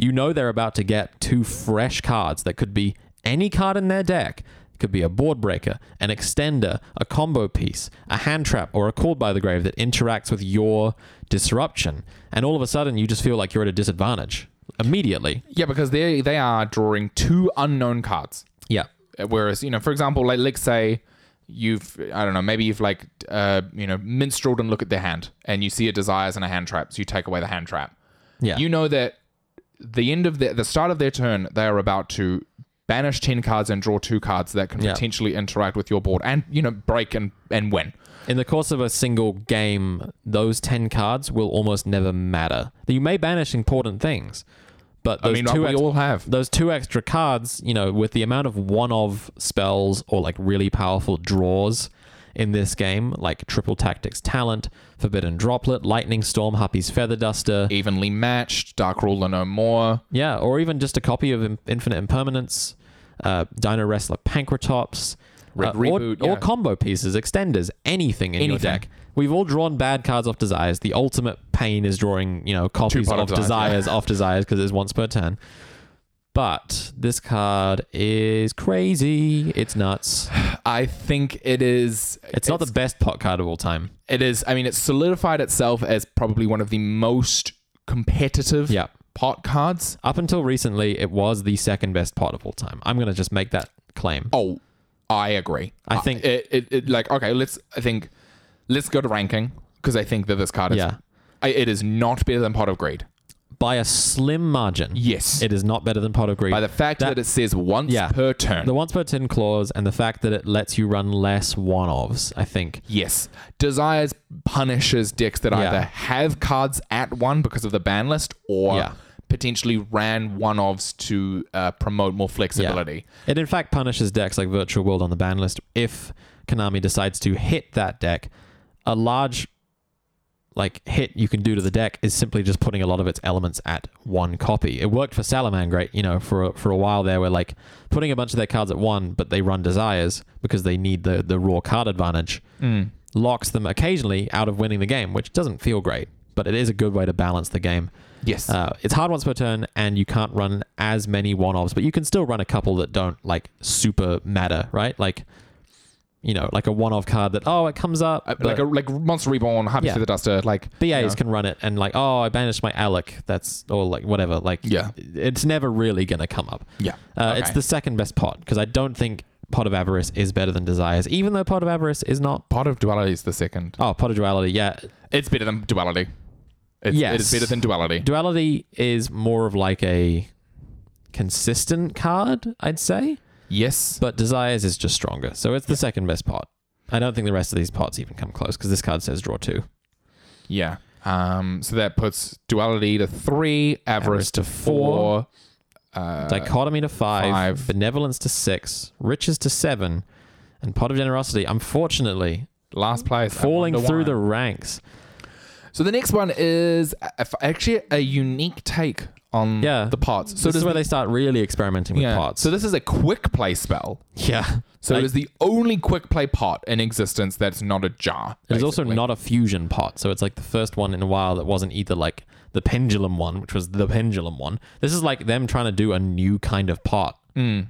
You know they're about to get two fresh cards that could be any card in their deck. It could be a board breaker, an extender, a combo piece, a hand trap, or a called by the grave that interacts with your disruption. And all of a sudden, you just feel like you're at a disadvantage immediately. Yeah, because they they are drawing two unknown cards. Yeah. Whereas, you know, for example, like let's say you've I don't know, maybe you've like uh, you know, minstreled and look at their hand and you see a desires and a hand trap, so you take away the hand trap. Yeah. You know that the end of the the start of their turn, they are about to banish ten cards and draw two cards that can Yeah. potentially interact with your board and, you know, break and, and win. In the course of a single game, those 10 cards will almost never matter. You may banish important things, but I those mean two we ex- all have. those two extra cards, you know, with the amount of one of spells or like really powerful draws in this game, like Triple Tactics Talent, Forbidden Droplet, Lightning Storm, Happy's Feather Duster, Evenly matched, Dark Ruler no more. yeah, or even just a copy of Im- Infinite Impermanence, uh, Dino Wrestler Pancratops, Red uh, Reboot, or, or yeah. combo pieces, extenders, anything in your Anything. deck. We've all drawn bad cards off desires. The ultimate pain is drawing, you know, copies Two-part of of desires, yeah. desires off desires because it's once per turn. But this card is crazy. It's nuts. I think it is It's, not the best pot card of all time. It is. I mean, it's solidified itself as probably one of the most competitive Yeah. pot cards. Up until recently, it was the second best pot of all time. I'm gonna just make that claim. Oh, I agree. Uh, I think- it, it, it like okay. Let's. I think let's go to ranking because I think that this card is. Yeah. I, it is not better than Pot of Greed. By a slim margin. Yes. It is not better than Pot of Greed. By the fact that, That- it says once Yeah. per turn. The once per ten clause and the fact that it lets you run less one ofs, I think. yes. Desires punishes decks that Yeah. either have cards at one because of the ban list or Yeah. potentially ran one ofs to uh, promote more flexibility. It in fact punishes decks like Virtual World on the ban list if Konami decides to hit that deck. A large like hit you can do to the deck is simply just putting a lot of its elements at one copy. It worked for Salaman great, you know, for a, for a while there where like putting a bunch of their cards at one, but they run desires because they need the the raw card advantage. Locks them occasionally out of winning the game, which doesn't feel great, but it is a good way to balance the game. Yes. Uh, it's hard once per turn, and you can't run as many one offs, but you can still run a couple that don't like super matter, right? Like, you know, like a one off card that oh it comes up, Uh, but like a, like Monster Reborn, Happy Yeah. to the Duster, like BAs you know. can run it, and like oh I banished my Alec, that's or like whatever, like Yeah. it's never really gonna come up. Yeah. Uh, It's Okay. the second best pot because I don't think Pot of Avarice is better than Desires, even though Pot of Avarice is not. Pot of Duality is the second. Oh, Pot of Duality, yeah, It's better than Duality. It's, It Yes. is better than Duality. Duality is more of like a consistent card, I'd say. yes. But Desires is just stronger. So it's the second best pot. I don't think the rest of these pots even come close because this card says draw two. Yeah. Um. So that puts Duality to three, Avarice Avarice to to four. Uh, Dichotomy to five, five. Benevolence to six, Riches to seven, and Pot of Generosity, unfortunately, last place. I falling wonder through why. the ranks. So the next one is a- a- actually a unique take on Yeah. the pots. So So this does is where the- they start really experimenting with yeah. pots. So this is a quick play spell. yeah. So Like, it is the only quick play pot in existence that's not a jar. it is also basically. not a fusion pot. So it's like the first one in a while that wasn't either like the pendulum one, which was the pendulum one. This is like them trying to do a new kind of pot. So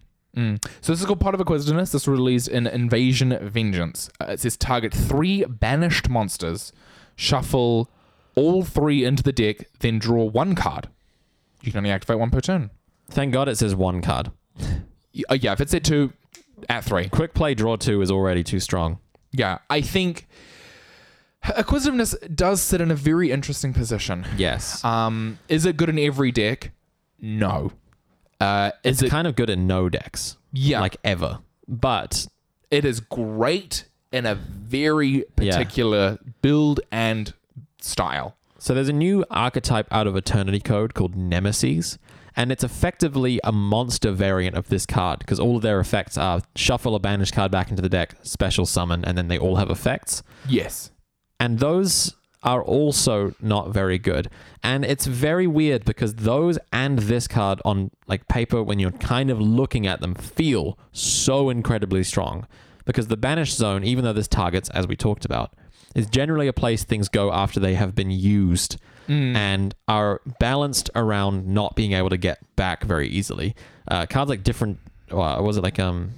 this is called Pot of Acquisitiveness. This was released in Invasion Vengeance. Uh, it says target three banished monsters, shuffle all three into the deck, then draw one card. You can only activate one per turn. Thank God it says one card. Y- uh, yeah, if it's at two, at three. Quick play draw two is already too strong. Yeah, I think Acquisitiveness does sit in a very interesting position. Yes. Um, is it good in every deck? No. Uh, is it? kind of good at no decks. Yeah. Like ever. But it is great in a very Yeah. particular build and style. so there's a new archetype out of Eternity Code called Nemesis, and it's effectively a monster variant of this card because all of their effects are shuffle a banished card back into the deck, special summon, and then they all have effects. Yes. and those are also not very good. And it's very weird because those and this card on like paper when you're kind of looking at them feel so incredibly strong because the banished zone even though this targets as we talked about is generally a place things go after they have been used and are balanced around not being able to get back very easily. Uh, cards like different, uh, was it like um,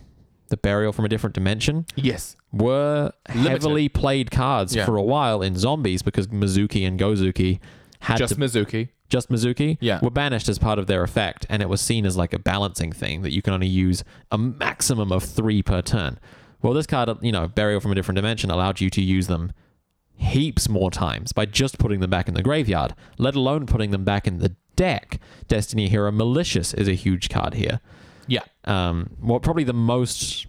the burial from a different dimension? Yes. were Limited. heavily played cards Yeah. for a while in zombies because Mizuki and Gozuki had Just to, Mizuki. just Mizuki Yeah. were banished as part of their effect, and it was seen as like a balancing thing that you can only use a maximum of three per turn. Well, this card, you know, Burial from a Different Dimension allowed you to use them heaps more times by just putting them back in the graveyard, let alone putting them back in the deck. Destiny Hero Malicious is a huge card here Yeah. um, well, probably the most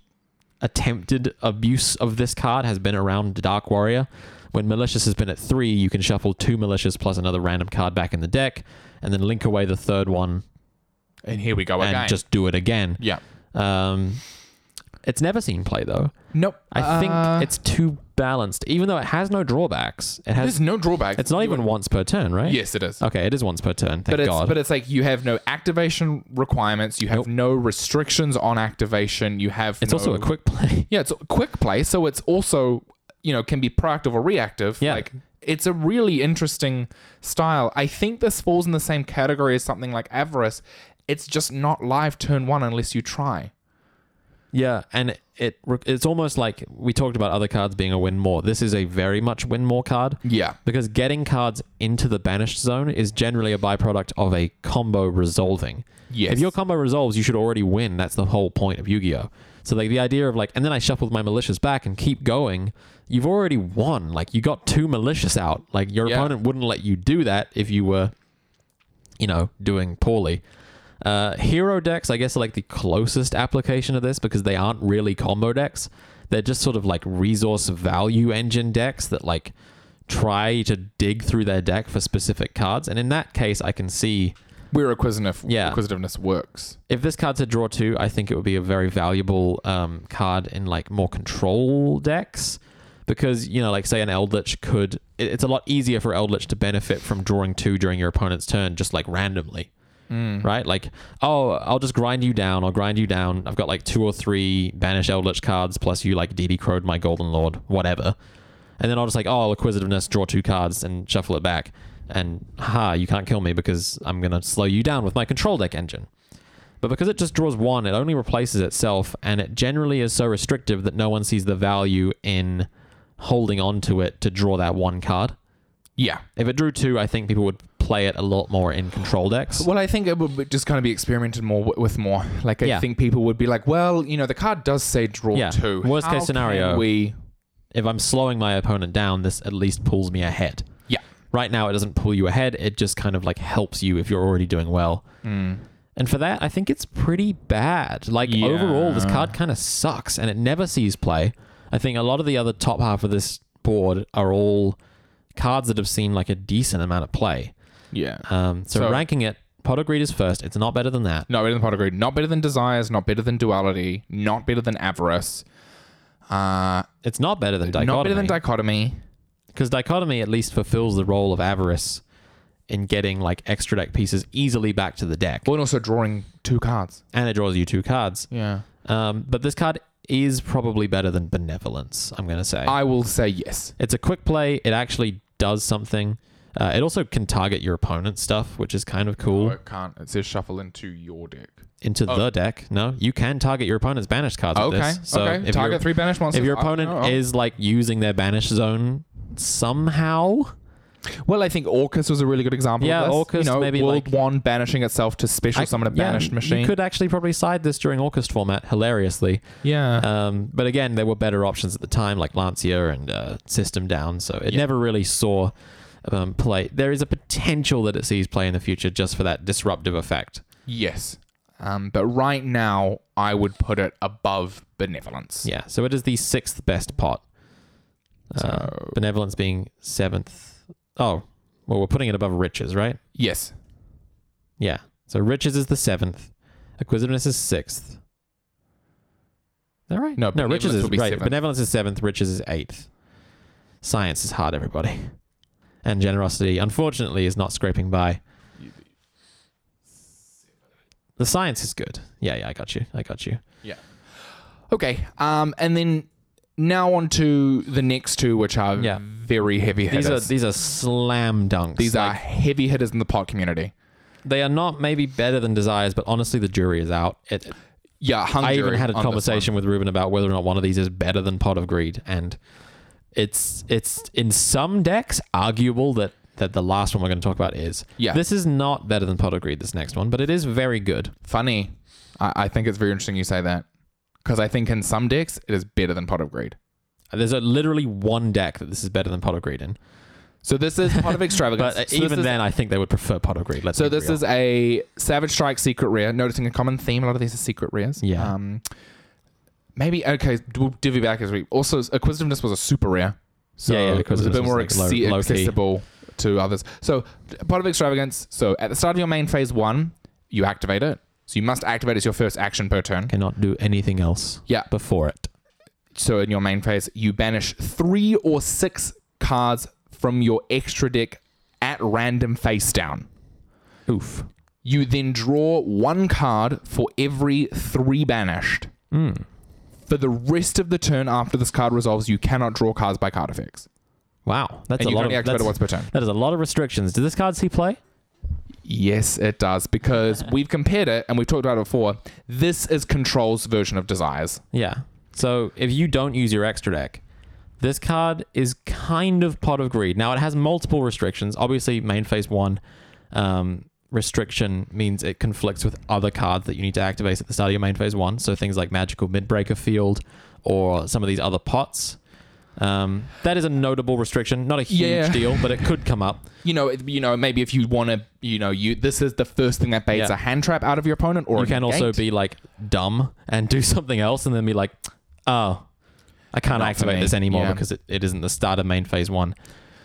attempted abuse of this card has been around Dark Warrior. When Malicious has been at three, you can shuffle two Malicious plus another random card back in the deck, and then link away the third one And here we go and again. just do it again. yeah. Um, it's never seen play though. Nope. I Uh, think it's too balanced, even though it has no drawbacks. It has. there's no drawback. It's not You even would- once per turn, right? Yes, it is. Okay, it is once per turn. Thank But it's God. but it's like you have no activation requirements. You have Nope. no restrictions on activation. You have. it's also no- a quick play. Yeah, it's a quick play, so it's also you know can be proactive or reactive. Yeah. Like it's a really interesting style. I think this falls in the same category as something like Avarice. It's just not live turn one unless you try. Yeah, and it it's almost like we talked about other cards being a win more. This is a very much win more card Yeah. because getting cards into the banished zone is generally a byproduct of a combo resolving. Yes. If your combo resolves, you should already win. That's the whole point of Yu-Gi-Oh. So like the idea of like, and then I shuffled my malicious back and keep going. You've already won. Like you got two malicious out. Like your Yeah. opponent wouldn't let you do that if you were, you know, doing poorly. Uh, hero decks, I guess, are like the closest application of this because they aren't really combo decks. They're just sort of like resource value engine decks that like try to dig through their deck for specific cards. And in that case, I can see Where acquisitive, Yeah. acquisitiveness works. if this card said draw two, I think it would be a very valuable um, card in like more control decks because you know, like say an Eldritch could. it- It's a lot easier for Eldritch to benefit from drawing two during your opponent's turn, just like randomly, right? Like, oh, I'll just grind you down. I'll grind you down. I've got like two or three banish Eldritch cards, plus you like DD Crowed my Golden Lord, whatever. And then I'll just like, oh, acquisitiveness, draw two cards and shuffle it back. And ha, you can't kill me because I'm gonna slow you down with my control deck engine. But because it just draws one, it only replaces itself, and it generally is so restrictive that no one sees the value in holding on to it to draw that one card. Yeah. If it drew two, I think people would play it a lot more in control decks. Well, I think it would be- just kind of be experimented more wi- with more. Like I Yeah. think people would be like, well, you know, the card does say draw Yeah. two. Worst How case scenario. can we If I'm slowing my opponent down, this at least pulls me ahead. yeah. Right now, it doesn't pull you ahead, it just kind of like helps you if you're already doing well. And for that, I think it's pretty bad. Like Mm. Yeah. overall, this card kind of sucks, and it never sees play. I think a lot of the other top half of this board are all cards that have seen like a decent amount of play. Yeah. Um, so, So- ranking it, Pot of Greed is first. It's not better than that. Not better than Pottergreed. Not better than Desires. Not better than Duality. Not better than Avarice. Uh, It's not better than dichotomy. not better than Dichotomy. because dichotomy at least fulfills the role of avarice in getting like extra deck pieces easily back to the deck, Well, and also drawing two cards. and it draws you two cards. Yeah. Um, but this card is probably better than benevolence. I'm gonna say. I will say yes. It's a quick play. It actually does something. Uh, it also can target your opponent's stuff, which is kind of cool. Oh, it can't. It says shuffle into your deck. Into the deck, no, you can target your opponent's banished cards. with Oh. Okay. this. So okay. If Target your- three banished monsters. If your Oh, opponent oh, oh. is like using their banished zone somehow, Well, I think Orcus was a really good example Yeah, of this. Orcus, you know, maybe World like- One banishing itself to special I- summon a yeah, banished machine. You could actually probably side this during Orcus format, hilariously. yeah. Um, but again, there were better options at the time, like Lancia and uh, System Down. So it Yeah. never really saw um, play. There is a potential that it sees play in the future just for that disruptive effect. yes. Um, but right now, I would put it above benevolence. Yeah, so it is the sixth best pot. Uh, benevolence being seventh. Oh, well, we're putting it above riches, right? Yes. Yeah. So riches is the seventh. Acquisitiveness is sixth. Is that right? No, no. Riches benevolence is would be right. seventh. Benevolence is seventh. Riches is eighth. Science is hard, everybody, and generosity, unfortunately, is not scraping by. The science is good. Yeah, yeah, I got you. I got you. Okay. Um, and then Now on to the next two, which are Yeah. very heavy hitters. These are these are slam dunks. These are Like, heavy hitters in the pot community. they are not maybe better than desires, but honestly, the jury is out. It, Yeah, I hungry. even had a on this conversation with Ruben about whether or not one of these is better than Pot of Greed, and it's it's in some decks arguable that that the last one we're going to talk about is. Yeah. This is not better than Pot of Greed. This next one, but it is very good. one. Funny. I, I think it's very interesting you say that because I think in some decks it is better than Pot of Greed. There's a, literally one deck that this is better than Pot of Greed in, So this is Pot of Extravagance. but uh, So this even is- then, I think they would prefer Pot of Greed. Let's So be this real. is a Savage Strike secret rare. Noticing a common theme, a lot of these are secret rares. Yeah. Um, maybe okay. We'll divvy back as we. Also, acquisitiveness was a super rare. So Yeah, yeah, it was a Acquisitiveness bit more was, like, acce- low- low key. accessible to others. So part of extravagance. So at the start of your main phase one, you activate it. So you must activate it as your first action per turn. cannot do anything else. Yeah. Before it. So in your main phase, you banish three or six cards from your extra deck at random face down. Oof. You then draw one card for every three banished. Hmm. For the rest of the turn after this card resolves, you cannot draw cards by card effects. Wow. That's And a you lot of can only activate it that's- once per turn. That is a lot of restrictions. Does this card see play? Yes, it does, because we've compared it and we've talked about it before. This is Control's version of Desires. Yeah. So if you don't use your extra deck, this card is kind of Pot of Greed. Now it has multiple restrictions. Obviously, main phase one um, restriction means it conflicts with other cards that you need to activate at the start of your main phase one. So things like Magical Midbreaker Field or some of these other pots. Um, that is a notable restriction. Not a huge Yeah. deal, but it could come up. You know, it- you know, maybe if you want to, you know, you this is the first thing that baits Yeah. a hand trap out of your opponent, or you can also be like dumb and do something else and then be like oh i can't Not for activate me. this anymore Yeah. because it, it isn't the start of main phase one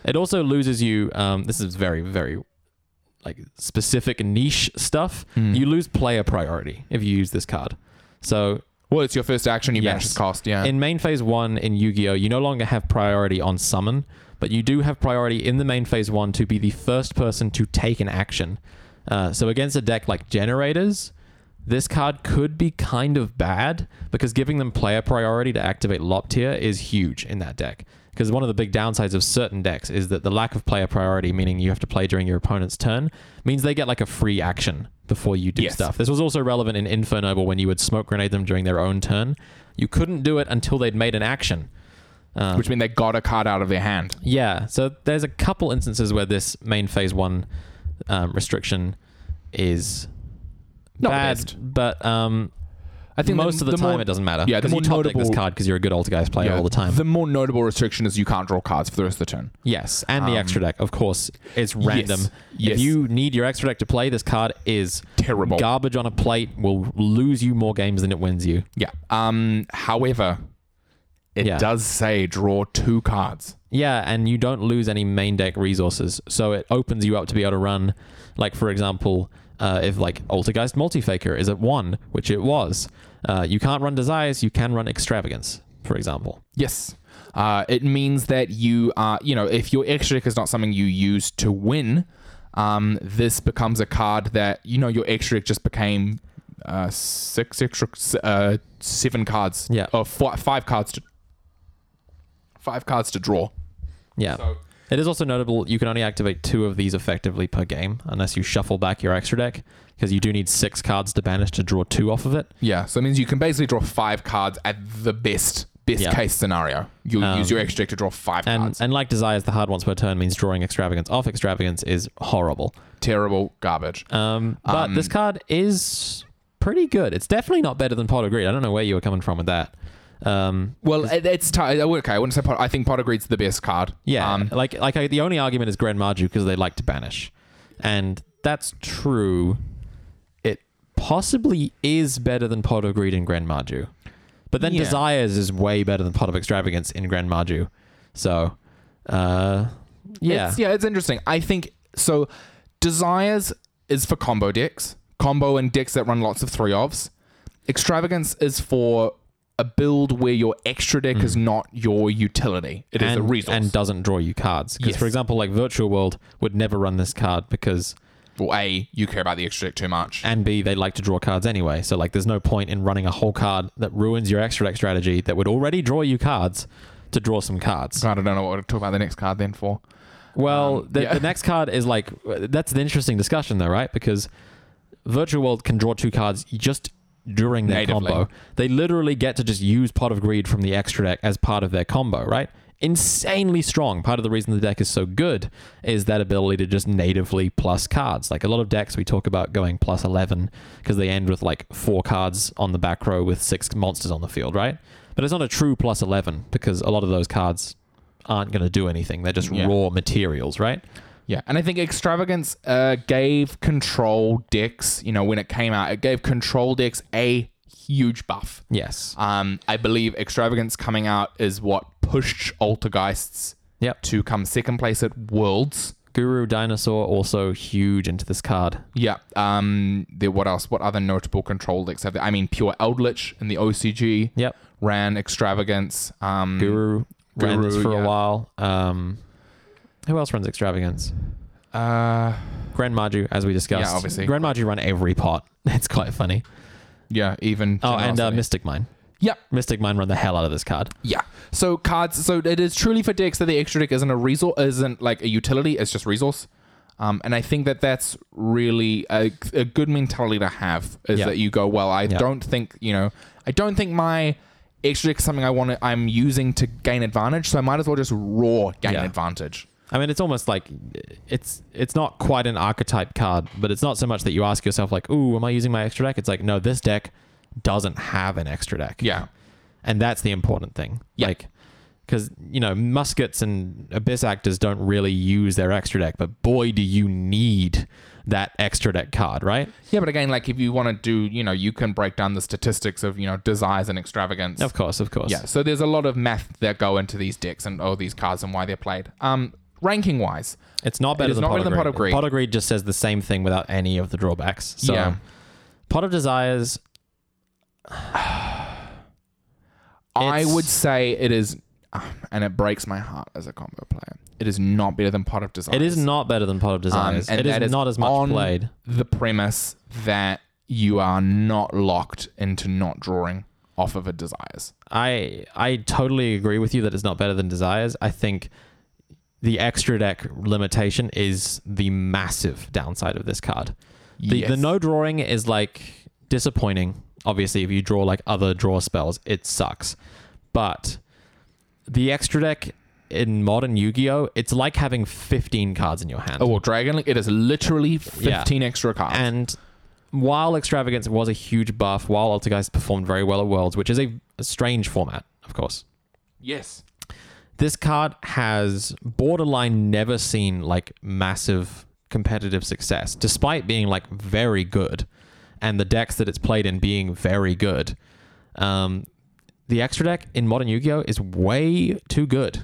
it also loses you um, this is very very like specific niche stuff Hmm. you lose player priority if you use this card so Well, it's your first action. You banish Yes. this cost. Yeah. in main phase one in Yu-Gi-Oh, you no longer have priority on summon, but you do have priority in the main phase one to be the first person to take an action. Uh, so against a deck like generators, this card could be kind of bad because giving them player priority to activate Lop tier is huge in that deck. Because one of the big downsides of certain decks is that the lack of player priority, meaning you have to play during your opponent's turn, means they get like a free action before you do Yes. stuff. This was also relevant in Infernoble when you would smoke grenade them during their own turn. You couldn't do it until they'd made an action. Um, which means they got a card out of their hand. yeah, so there's a couple instances where this main phase one um, restriction is Not the bad, best. but um, I think the- most of the, the time more- it doesn't matter. yeah, the because more you top deck this notable- card because you're a good Altergeist player all the time. The more notable restriction is you can't draw cards for the rest of the turn. yes, and the extra deck, of course, it's random. Um, yes. If you need your extra deck to play, this card is Terrible. Garbage on a plate will lose you more games than it wins you. Yeah. Um. However, it Yeah. does say draw two cards. Yeah, and you don't lose any main deck resources, so it opens you up to be able to run, like for example, uh, if like Altergeist Multifaker is at one, which it was, uh, you can't run Desires, you can run Extravagance, for example. Yes. Uh, it means that you are, you know, if your extra deck is not something you use to win, um, this becomes a card that you know your extra deck just became uh, six extra, uh, seven cards, Yeah. or four, five cards to five cards to draw. Yeah. So- it is also notable you can only activate two of these effectively per game unless you shuffle back your extra deck because you do need six cards to banish to draw two off of it. Yeah, so it means you can basically draw five cards at the best best Yeah. case scenario. You'll Um, use your extra deck to draw five And cards. and like Desires, the hard ones per turn means drawing Extravagance off Extravagance is horrible. Terrible garbage. Um, but Um, this card is pretty good. It's definitely not better than Pot of Greed. I don't know where you were coming from with that. Um, Well, it, it's t- okay. I wouldn't say pot. I think Pot of Greed's the best card. yeah, Um, like like I, the only argument is Grand Marju because they like to banish, and that's true. It possibly is better than Pot of Greed and Grand Marju, but then Yeah. Desires is way better than Pot of Extravagance in Grand Marju. So, uh, yeah, It's, yeah, it's interesting. I think so. Desires is for combo decks, combo and decks that run lots of three ofs. Extravagance is for a build where your extra deck is not your utility; it is Mm. and, a resource. and doesn't draw you cards. Because, Yes. for example, like Virtual World would never run this card because Well, A, you care about the extra deck too much. and B, they like to draw cards anyway. So like, there's no point in running a whole card that ruins your extra deck strategy that would already draw you cards to draw some cards. God, I don't know what to talk about the next card then for. Well, the, yeah. the next card is like that's an interesting discussion though, right? Because Virtual World can draw two cards just during their Natively. combo. They literally get to just use Pot of Greed from the extra deck as part of their combo, right? Insanely strong. Part of the reason the deck is so good is that ability to just natively plus cards. Like a lot of decks, we talk about going plus 11 because they end with like four cards on the back row with six monsters on the field, right? But it's not a true plus 11 because a lot of those cards aren't going to do anything. They're just Yeah. raw materials, right? Yeah, and I think extravagance uh, gave control decks. You know, when it came out, it gave control decks a huge buff. Yes. Um, I believe extravagance coming out is what pushed Altergeists Yep. to come second place at Worlds. Guru Dinosaur also huge into this card. Yeah. Um. The, what else? What other notable control decks have? They? I mean, pure Eldritch in the OCG. Yep. Ran extravagance. Um. Guru Mm. Guru, runs for yeah. a while. Um, who else runs Extravagance? Uh. Grand Marju, as we discussed. Yeah, obviously. Grand Marju run every pot. It's quite funny. Yeah. Even. Oh, and uh, Generosity. Mystic Mine. Yep. Mystic Mine run the hell out of this card. Yeah. So cards. So it is truly for decks that the extra deck isn't a resource, isn't like a utility. It's just resource. Um, and I think that that's really a, a good mentality to have is Yeah. that you go, well, I Yeah. don't think you know, I don't think my extra deck is something I want. to I'm using to gain advantage, so I might as well just raw gain Yeah. advantage. I mean, it's almost like it's it's not quite an archetype card, but it's not so much that you ask yourself like, "Ooh, am I using my extra deck?" It's like, no, this deck doesn't have an extra deck. Yeah. and that's the important thing. Yeah. Like, because you know, muskets and abyss actors don't really use their extra deck, but boy, do you need that extra deck card, right? Yeah, but again, like if you want to do, you know, you can break down the statistics of, you know, desires and extravagance. Of course, of course. Yeah, so there's a lot of math that go into these decks and oh these cards and why they're played. Um, ranking wise, It's not better is than, not pot, better of than Pot of Greed. Greed. Pot of Greed just says the same thing without any of the drawbacks. So, Yeah. Pot of Desires, I It's- would say it is, um, and it breaks my heart as a combo player. It is not better than Pot of Desires. it is not better than Pot of Desires. Um, and it is, that is not as much on- played. the premise that you are not locked into not drawing off of a desires. I I totally agree with you that it's not better than Desires. I think the extra deck limitation is the massive downside of this card. The, the Yes. no drawing is like disappointing. Obviously, if you draw like other draw spells, it sucks. But the extra deck in modern Yu Gi Oh, it's like having 15 cards in your hand. Oh well, Dragon Link. It is literally Yeah. fifteen extra cards. And while Extravagance was a huge buff, while Altergeist performed very well at Worlds, which is a, a strange format, of course, yes. this card has borderline never seen like massive competitive success despite being like very good and the decks that it's played in being very good um the extra deck in modern yu-gi-oh is way too good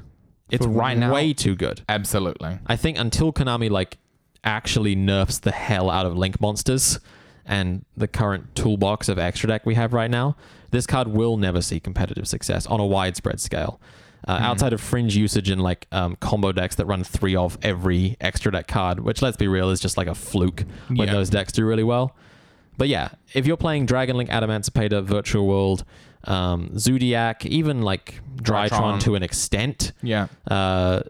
it's For right now- way too good Absolutely. i think until konami like actually nerfs the hell out of link monsters and the current toolbox of extra deck we have right now this card will never see competitive success on a widespread scale uh, Hmm. outside of fringe usage in like um, combo decks that run three of every extra deck card, which let's be real is just like a fluke when Yeah. those decks do really well. But yeah, if you're playing Dragon Link, Adamancipator, Virtual World, um, Zodiac, even like Drytron, Drytron. to an extent, Yeah. uh,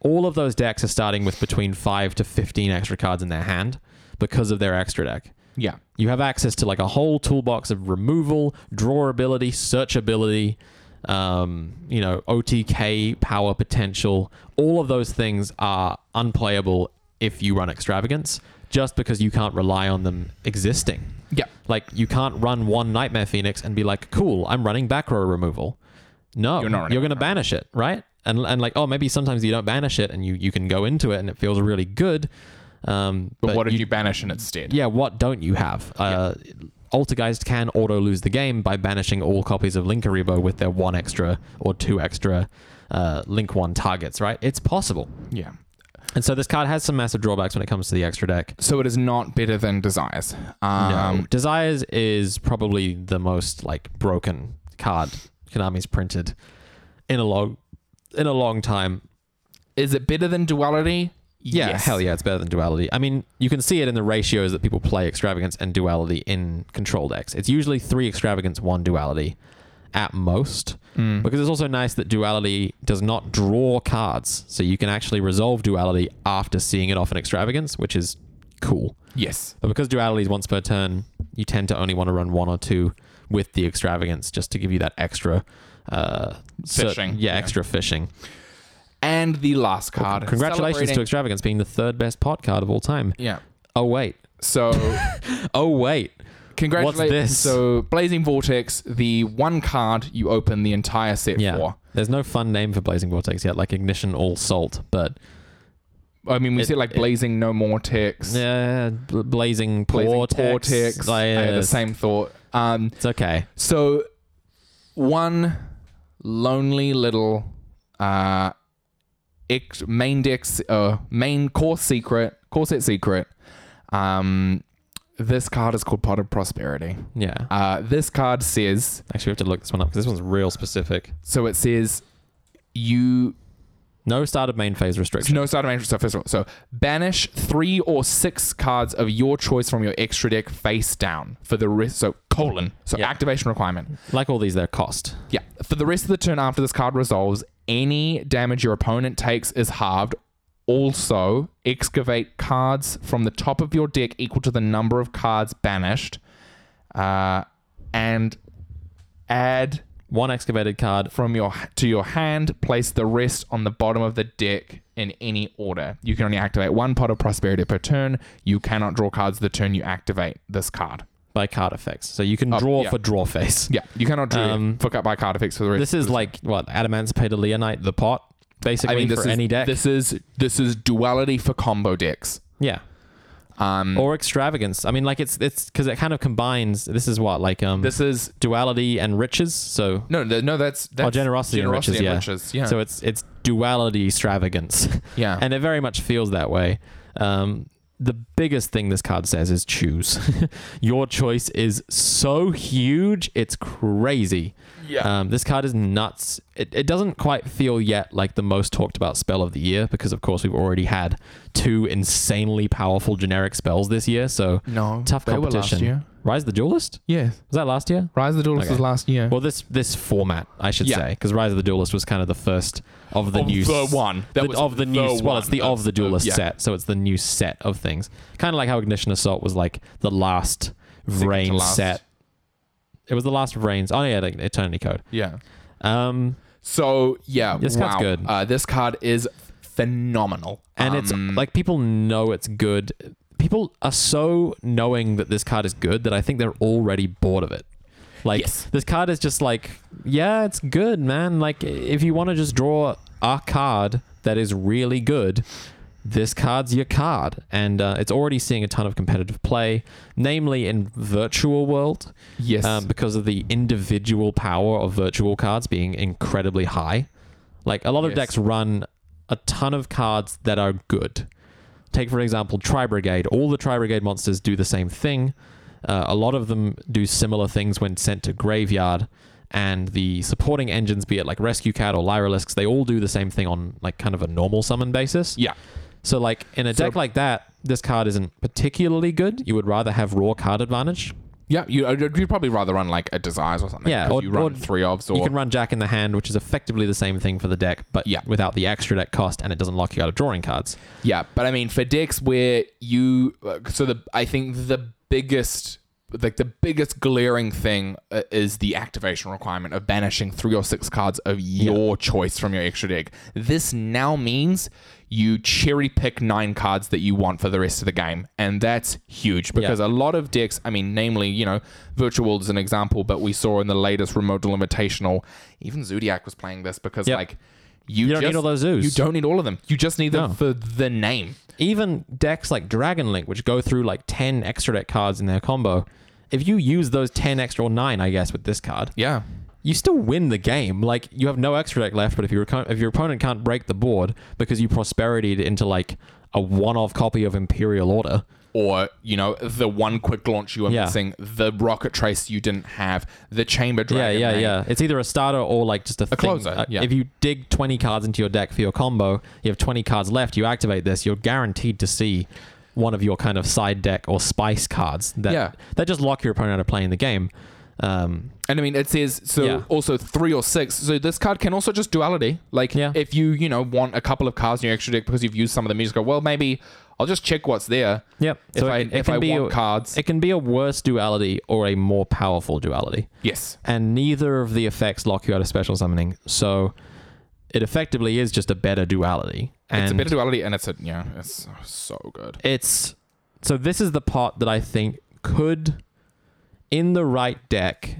all of those decks are starting with between five to fifteen extra cards in their hand because of their extra deck. Yeah. You have access to like a whole toolbox of removal, drawability, searchability, um, you know, OTK power potential. All of those things are unplayable if you run extravagance, just because you can't rely on them existing. Yeah. Like you can't run one Nightmare Phoenix and be like, "Cool, I'm running back row removal." No, You're you're, not running going to banish it, right? And and like, oh, maybe sometimes you don't banish it, and you you can go into it, and it feels really good. Um, But, what if you, banish in its stead? yeah, what don't you have? Uh, Altergeist can auto lose the game by banishing all copies of Link Aribo with their one extra or two extra uh, Link 1 targets, right? It's possible. Yeah. And so this card has some massive drawbacks when it comes to the extra deck. So it is not better than desires. Um, Um, Desires is probably the most like broken card Konami's printed in a long in a long time. Is it better than duality? Yeah, hell yeah, it's better than duality. I mean, you can see it in the ratios that people play extravagance and duality in control decks. It's usually three extravagance, one duality at most. Mm-hmm. Because it's also nice that duality does not draw cards. So you can actually resolve duality after seeing it off an extravagance, which is cool. Yes. But because duality is once per turn, you tend to only want to run one or two with the extravagance just to give you that extra uh, cer- Fishing, yeah, yeah. extra fishing. And the last card. Congratulations to Celebrating- extravagance being the third best pot card of all time. Yeah. Oh wait. So Oh wait. congratulations. this? So Blazing Vortex, the one card you open the entire set Yeah. for. There's no fun name for Blazing Vortex yet, like Ignition All Salt, but I mean, we It- see like it- Blazing No More Tex, yeah, bl- Blazing Blazing Vortex. Vortex. I Like, had the it's- same thought. Um, It's okay. So, one lonely little uh, ex- main deck, s- uh, main core secret, core set secret. Um, this card is called Pot of Prosperity. Yeah. Uh, this card says Actually, we have to look this one up because this one's real specific. so. It says you No start of main phase So restriction. no starter matrix stuff first of all. So banish three or six cards of your choice from your extra deck face down for the rest. So colon. So Yeah. activation requirement. Like all these, they're cost. Yeah. For the rest of the turn after this card resolves, any damage your opponent takes is halved. Also, excavate cards from the top of your deck equal to the number of cards banished, uh, and add One excavated card. from your to your hand, place the rest on the bottom of the deck in any order. You can only activate one pot of prosperity per turn. You cannot draw cards the turn you activate this card. by card effects. So you can draw Oh, yeah. for draw face. Yeah, you cannot draw Um, fuck up by card effects for the rest. This is like what Adamancipator Leonite, the pot, basically for is any deck. This is this is duality for combo decks. yeah, Um, or extravagance. I mean, like it's it's because it kind of combines. This is what like um this is duality and riches. So no, th- no. That's, or that's Oh, generosity, and riches. yeah. yeah. So it's it's duality extravagance. Yeah. and it very much feels that way. Um, the biggest thing this card says is choose. Your choice is so huge, it's crazy. yeah. Um, this card is nuts. It, it doesn't quite feel yet like the most talked about spell of the year because, of course, we've already had two insanely powerful generic spells this year. So no, tough they were last competition. year. Rise of the Duelist Yes, was that last year? Rise of the Duelist Okay. was last year. Well, this this format, I should Yeah. say, because Rise of the Duelist was kind of the first of the Of new the s- one. That the- was of the, the new. s- Well, one. it's the That's of the the- Duelist yeah. set, so it's the new set of things. Kind of like how Ignition Assault was like the last to Reign last. set. It was the last of Reigns. Oh yeah, the Eternity Code. yeah. Um, So yeah, This wow. card's good. Uh, this card is phenomenal, and it's Um, like people know it's good. People are so knowing that this card is good that I think they're already bored of it. Like Yes. this card is just like, yeah, it's good, man. Like if you want to just draw a card that is really good, this card's your card, and uh, it's already seeing a ton of competitive play, namely in virtual world yes, um, because of the individual power of virtual cards being incredibly high. Like a lot of Yes. decks run a ton of cards that are good. Take for example Tri Brigade. All the Tri Brigade monsters do the same thing. Uh, a lot of them do similar things when sent to graveyard, and the supporting engines, be it like Rescue Cat or Lyralisks, they all do the same thing on like kind of a normal summon basis. yeah, So like in a So- deck like that, this card isn't particularly good. You would rather have raw card advantage yeah. You uh, you'd probably rather run like a desires or something. Yeah, 'cause or- you run or three ofs or you can run Jack in the Hand, which is effectively the same thing for the deck, but Yeah. without the extra deck cost, and it doesn't lock you out of drawing cards. Yeah, but I mean for decks where you so the I think the biggest like the biggest glaring thing uh, is the activation requirement of banishing three or six cards of your choice from your extra deck. This now means you cherry pick nine cards that you want for the rest of the game, and that's huge because a lot of decks, I mean, namely, you know, Virtual World is an example, but we saw in the latest Remote Duel Invitational, even Zodiac was playing this because Yep. like. You, You don't need just- all those zoos. You don't need all of them. You just need them No. for the name. Even decks like Dragon Link, which go through like 10 extra deck cards in their combo, if you use those 10 extra, or 9, I guess, with this card, Yeah. you still win the game. Like, you have no extra deck left, but if, your reco- if your opponent can't break the board because you prosperitied into like a one off copy of Imperial Order, or you know the one quick launch you were Yeah. missing, the rocket trace you didn't have, the chamber Yeah, dragon. yeah, thing. yeah. It's either a starter or like just a, thing. closer, Uh, yeah. If you dig 20 cards into your deck for your combo, you have 20 cards left, you activate this, you're guaranteed to see one of your kind of side deck or spice cards that Yeah. that just lock your opponent out of playing the game. Um, And I mean, it says so Yeah. also three or six. So this card can also just duality. Like Yeah. if you you know want a couple of cards in your extra deck because you've used some of them, you just go well maybe I'll just check what's there. yep. If I it, it if can I be want a, cards, it can be a worse duality or a more powerful duality. yes, and neither of the effects lock you out of special summoning. So it effectively is just a better duality. And it's a better duality, and it's a yeah, it's so good. it's- so this is the part that I think could, in the right deck,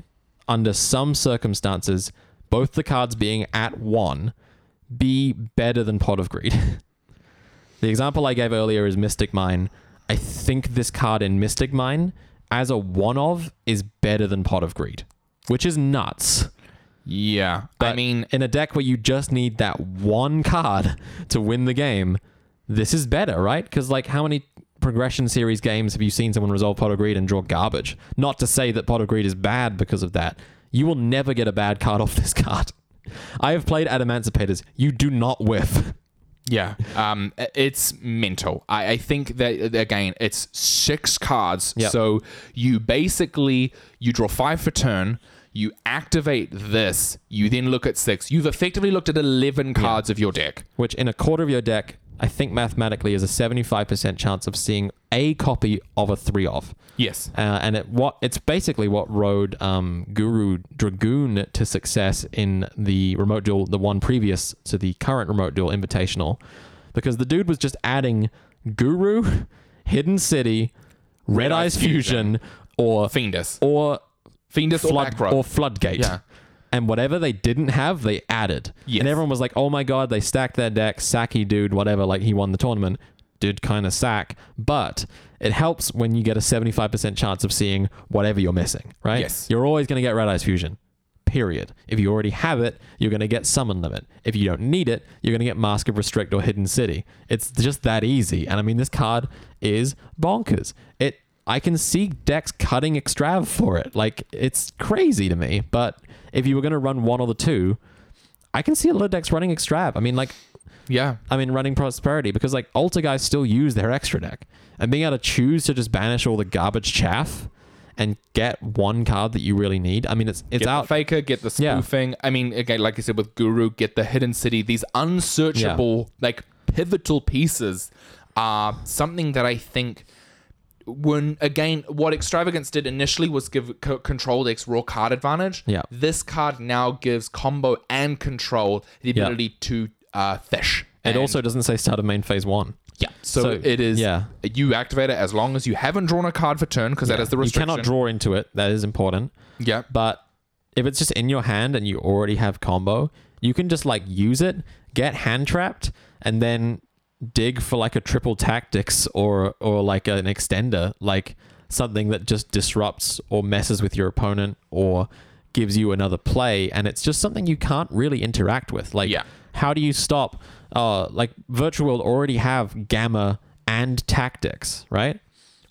under some circumstances, both the cards being at one, be better than Pot of Greed. the example I gave earlier is Mystic Mine. I think this card in Mystic Mine, as a one of, is better than Pot of Greed, which is nuts. Yeah, I mean in a deck where you just need that one card to win the game, this is better, right? Because like, how many progression series games have you seen someone resolve Pot of Greed and draw garbage? Not to say that Pot of Greed is bad because of that. You will never get a bad card off this card. I have played at Emancipators. You do not whiff. Yeah, um, i- it's mental. I, I think that again, it's six cards. Yep. So you basically you draw five for turn. You activate this. You then look at six. You've effectively looked at eleven cards of your deck. which in a quarter of your deck, I think mathematically is a 75% chance of seeing a copy of a three of. Yes. Uh, and it what it's basically what rode um, Guru Dragoon to success in the remote duel, the one previous to the current remote duel invitational, because the dude was just adding Guru, Hidden City, Red, Eyes Eyes Fusion, or Fiendus. or Fiendus or flood Backrow. or floodgate. Yeah. And whatever they didn't have, they added. Yes. And everyone was like, "Oh my god, they stacked their deck, Saki dude, whatever." Like he won the tournament, did kind of sack, but it helps when you get a seventy-five percent chance of seeing whatever you're missing. Right? Yes. You're always going to get Red Eyes Fusion. Period. If you already have it, you're going to get Summon Limit. If you don't need it, you're going to get Mask of Restrict or Hidden City. It's just that easy. And I mean, this card is bonkers. It I can see decks cutting Extrav for it. Like it's crazy to me. But if you were going to run one or the two, I can see a lot of decks running Extrav. I mean, like yeah. I mean, running Prosperity because like Alter guys still use their extra deck, and being able to choose to just banish all the garbage chaff and get one card that you really need. I mean, it's it's Get out the faker, get the Yeah. spoofing. I mean, again, like I said with Guru, get the hidden city. These unsearchable, like pivotal pieces, are something that I think. When again, what Extravagance did initially was give c- Control X raw card advantage. Yeah. this card now gives combo and control the Yeah. ability to uh, fish. It And- also doesn't say start of main phase one. yeah. So, so, it is yeah. You activate it as long as you haven't drawn a card for turn because that is the You restriction. cannot draw into it. That is important. Yeah. But if it's just in your hand and you already have combo, you can just like use it, get hand trapped, and then dig for like a triple tactics or or like an extender, like something that just disrupts or messes with your opponent or gives you another play and it's just something you can't really interact with. Like Yeah. how do you stop uh like virtual world already have gamma and tactics, right?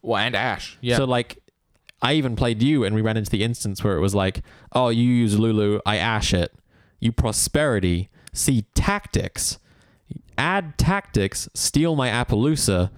Well, and Ash. Yeah. So like, I even played you, and we ran into the instance where it was like, oh, you use Lulu, I ash it. You prosperity, see tactics, add tactics, steal my Appaloosa.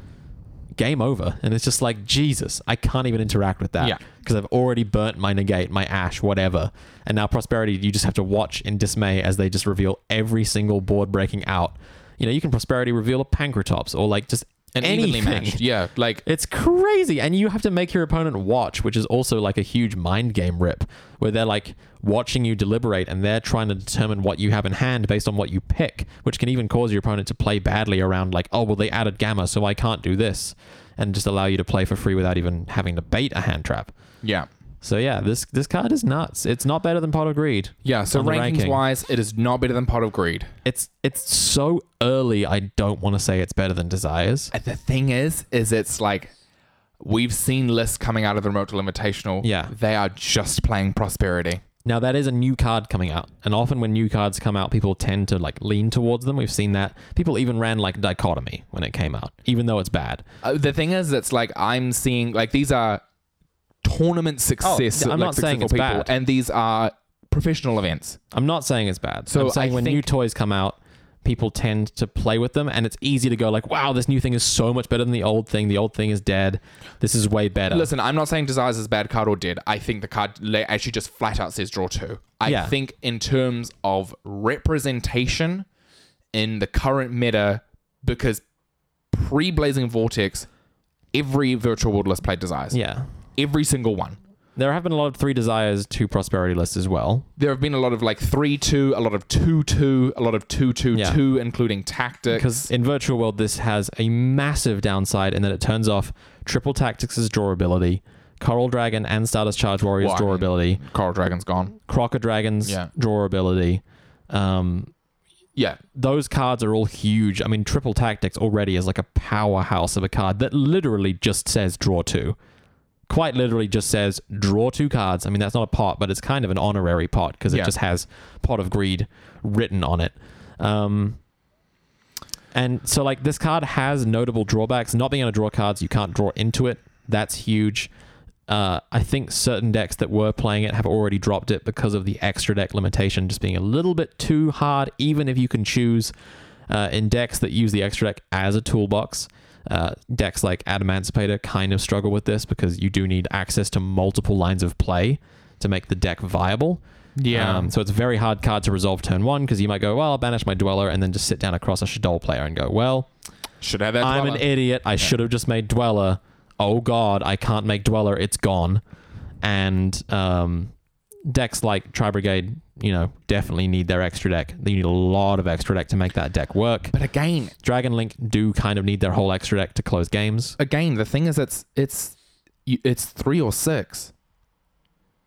Game over, and it's just like Jesus. I can't even interact with that Yeah. because I've already burnt my negate, my ash, whatever. And now prosperity, you just have to watch in dismay as they just reveal every single board breaking out. You know, you can prosperity reveal a pancratops or like just and anything. evenly matched. Yeah. Like It's crazy. And you have to make your opponent watch, which is also like a huge mind game rip where they're like watching you deliberate and they're trying to determine what you have in hand based on what you pick, which can even cause your opponent to play badly around like, oh, well, they added gamma, so I can't do this. And just allow you to play for free without even having to bait a hand trap. yeah. So yeah, this this card is nuts. It's not better than Pot of Greed. Yeah, so on the rankings ranking. wise, it is not better than Pot of Greed. It's it's so early. I don't want to say it's better than Desires. And the thing is, is it's like we've seen lists coming out of the remote to limitational. Yeah. They are just playing prosperity. Now that is a new card coming out, and often when new cards come out, people tend to like lean towards them. We've seen that. People even ran like dichotomy when it came out, even though it's bad. Uh, the thing is, it's like I'm seeing like these are tournament success. I'm like, not saying successful it's people, bad. and these are professional events. I'm not saying it's bad. So I'm saying I when new think- toys come out, people tend to play with them, and it's easy to go like, "Wow, this new thing is so much better than the old thing. The old thing is dead. This is way better." Listen, I'm not saying Desires is a bad card or dead. I think the card la- actually just flat out says draw two. I Yeah. think in terms of representation in the current meta, because pre Blazing Vortex, every virtual world list played Desires. yeah, Every single one. there have been a lot of three desires, two prosperity lists as well. There have been a lot of like 3 2, a lot of 2 2, a lot of 2 2 Yeah. 2, including tactics. Because in Virtual World, this has a massive downside in that it turns off Triple Tactics' drawability, Coral Dragon and Stardust Charge Warrior's Well, I mean- drawability, Coral Dragon's gone. Crocker Dragon's Yeah. drawability. Um, Yeah. those cards are all huge. I mean, Triple Tactics already is like a powerhouse of a card that literally just says draw two. Quite literally just says draw two cards. I mean, that's not a pot, but it's kind of an honorary pot because it Yeah. just has Pot of Greed written on it. Um, and so, like, this card has notable drawbacks. Not being able to draw cards, you can't draw into it. That's huge. Uh, I think certain decks that were playing it have already dropped it because of the extra deck limitation just being a little bit too hard, even if you can choose uh, in decks that use the extra deck as a toolbox. Uh, decks like Adamancipator kind of struggle with this because you do need access to multiple lines of play to make the deck viable. Um, so it's a very hard card to resolve turn one because you might go, well, I'll banish my Dweller and then just sit down across a Shadol player and go, well, Should have that. I'm dweller. an idiot. I should have just made Dweller. Oh God, I can't make Dweller. It's gone. And um, decks like Tri Brigade, you know, definitely need their extra deck. They need a lot of extra deck to make that deck work. But again, Dragon Link do kind of need their whole extra deck to close games. again, the thing is, it's it's you- it's three or six.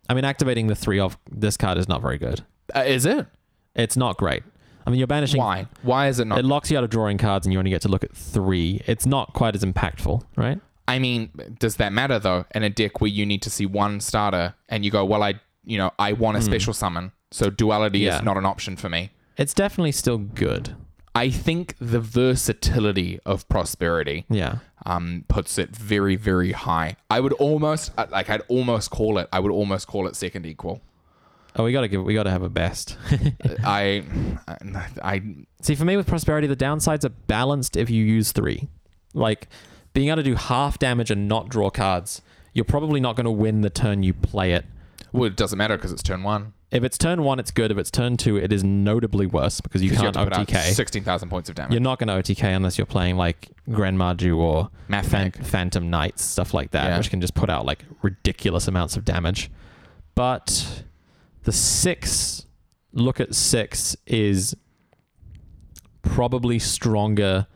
I mean, activating the three of this card is not very good. Uh, is it? It's not great. I mean, you're banishing. Why? Why is it not? It locks you out of drawing cards, and you only get to look at three. It's not quite as impactful, right? I mean, does that matter though? In a deck where you need to see one starter, and you go, well, I, you know, I want a special summon, so duality Hmm. Yeah. is not an option for me. It's definitely still good. I think the versatility of prosperity Yeah. um, puts it very, very high. I would almost uh, like I'd almost call it. I would almost call it second equal. Oh, we gotta give. We gotta have a best. I, I, I See, for me with prosperity, the downsides are balanced if you use three. Like being able to do half damage and not draw cards, you're probably not going to win the turn you play it. well, it doesn't matter because it's turn one. If it's turn one, it's good. If it's turn two, it is notably worse because you 'Cause can't you have to put out OTK. sixteen thousand points of damage. You're not going to OTK unless you're playing like Grand Marju or Math Phan- Mag. Phantom Knights, stuff like that, Yeah. which can just put out like ridiculous amounts of damage. But the six, look at six, is probably stronger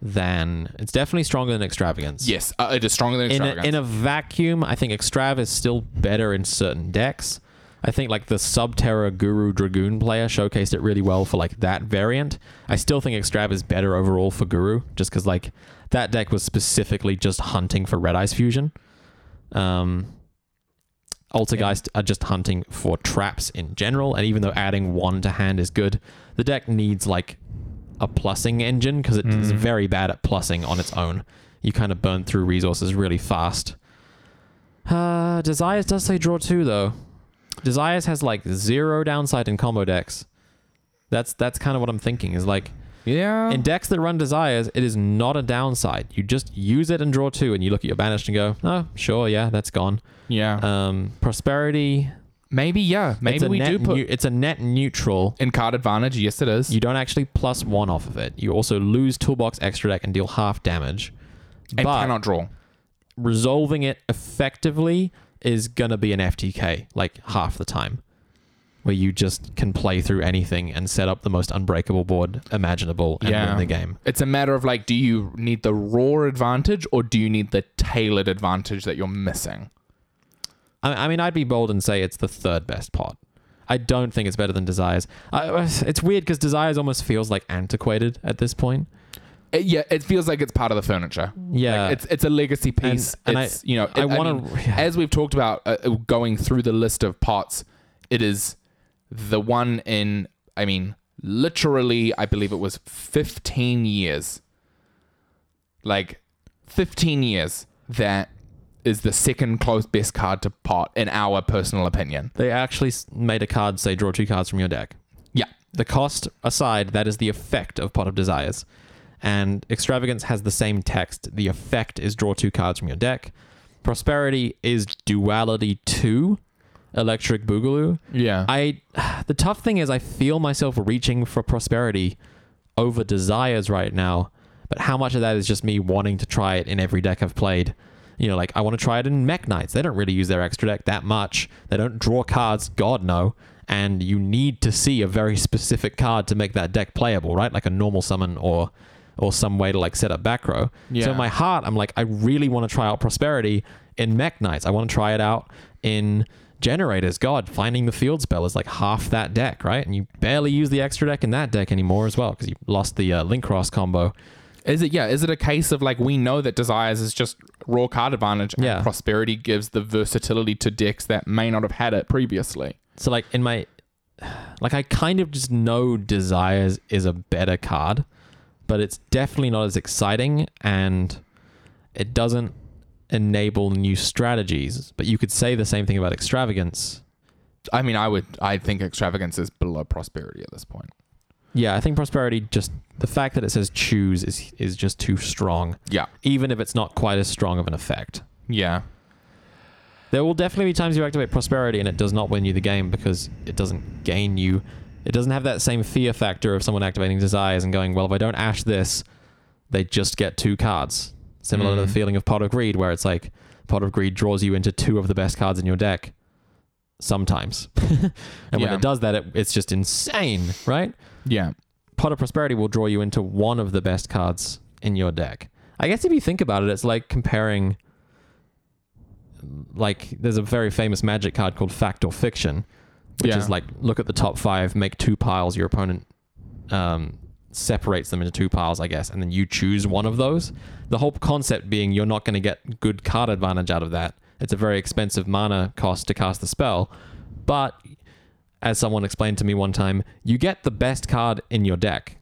than. It's definitely stronger than Extravagance. Yes, uh, it is stronger than In extravagance. a, in a vacuum, I think Extrav is still better in certain decks. I think like the Subterra Guru Dragoon player showcased it really well for like that variant. I still think Extrav is better overall for Guru, just because like that deck was specifically just hunting for Red Eyes Fusion. Um, Altergeist are just hunting for traps in general, and even though adding one to hand is good, the deck needs like a plussing engine because it Mm. is very bad at plussing on its own. You kind of burn through resources really fast. Uh, Desires does say draw two though. Desires has like zero downside in combo decks. That's that's kind of what I'm thinking. Is like yeah. in decks that run desires, it is not a downside. You just use it and draw two, and you look at your banished and go, "Oh, sure, yeah, that's gone." yeah. Um, prosperity. maybe, yeah. It's Maybe a we net do put neu- it's a net neutral. in card advantage. Yes, it is. You don't actually plus one off of it. You also lose toolbox extra deck and deal half damage. and but cannot draw. resolving it effectively is gonna be an FTK like half the time, where you just can play through anything and set up the most unbreakable board imaginable and Yeah. win the game. It's a matter of like, do you need the raw advantage or do you need the tailored advantage that you're missing? I, I mean, I'd be bold and say it's the third best pot. I don't think it's better than Desires. I, it's weird because Desires almost feels like antiquated at this point. It- yeah, it feels like it's part of the furniture. Yeah, Like, it's it's a legacy piece. Uh, and I- it's you know, I it- wanna- mean, yeah. uh, as we've talked about uh, going through the list of pots. It is the one in, I mean, literally, I believe it was 15 years. Like, 15 years that is the second close best card to pot, in our personal opinion. They actually s- made a card say draw two cards from your deck. Yeah. The cost aside, that is the effect of Pot of Desires. And Extravagance has the same text. The effect is draw two cards from your deck. Prosperity is Duality 2, Electric Boogaloo. Yeah. I the tough thing is I feel myself reaching for prosperity over desires right now, but how much of that is just me wanting to try it in every deck I've played? You know, like I want to try it in Mech Knights. They don't really use their extra deck that much. They don't draw cards, God no. And you need to see a very specific card to make that deck playable, right? Like a normal summon or or some way to like set up back row. So Yeah. in my heart, I'm like, I really want to try out Prosperity in Mech Knights. I want to try it out in Generators. God, finding the field spell is like half that deck, right? And you barely use the extra deck in that deck anymore as well because you lost the uh, Link Cross combo. Is it yeah? Is it a case of like we know that desires is just raw card advantage, and Yeah. prosperity gives the versatility to decks that may not have had it previously. So like in my, like I kind of just know Desires is a better card, but it's definitely not as exciting and it doesn't enable new strategies. But you could say the same thing about Extravagance. I mean, I would I think extravagance is below prosperity at this point. Yeah, I think prosperity just the fact that it says choose is is just too strong, Yeah, even if it's not quite as strong of an effect. yeah, There will definitely be times you activate prosperity and it does not win you the game because it doesn't gain you. It doesn't have that same fear factor of someone activating desires and going, well, if I don't ash this, they just get two cards. Similar to Mm. the feeling of Pot of Greed, where it's like Pot of Greed draws you into two of the best cards in your deck sometimes. and when Yeah. it does that, it, it's just insane, right? yeah. Pot of Prosperity will draw you into one of the best cards in your deck. I guess if you think about it, it's like comparing. Like, there's a very famous magic card called Fact or Fiction, which Yeah. is like look at the top five, make two piles, your opponent um, separates them into two piles, I guess, and then you choose one of those. The whole concept being you're not going to get good card advantage out of that. It's a very expensive mana cost to cast the spell, but as someone explained to me one time, you get the best card in your deck,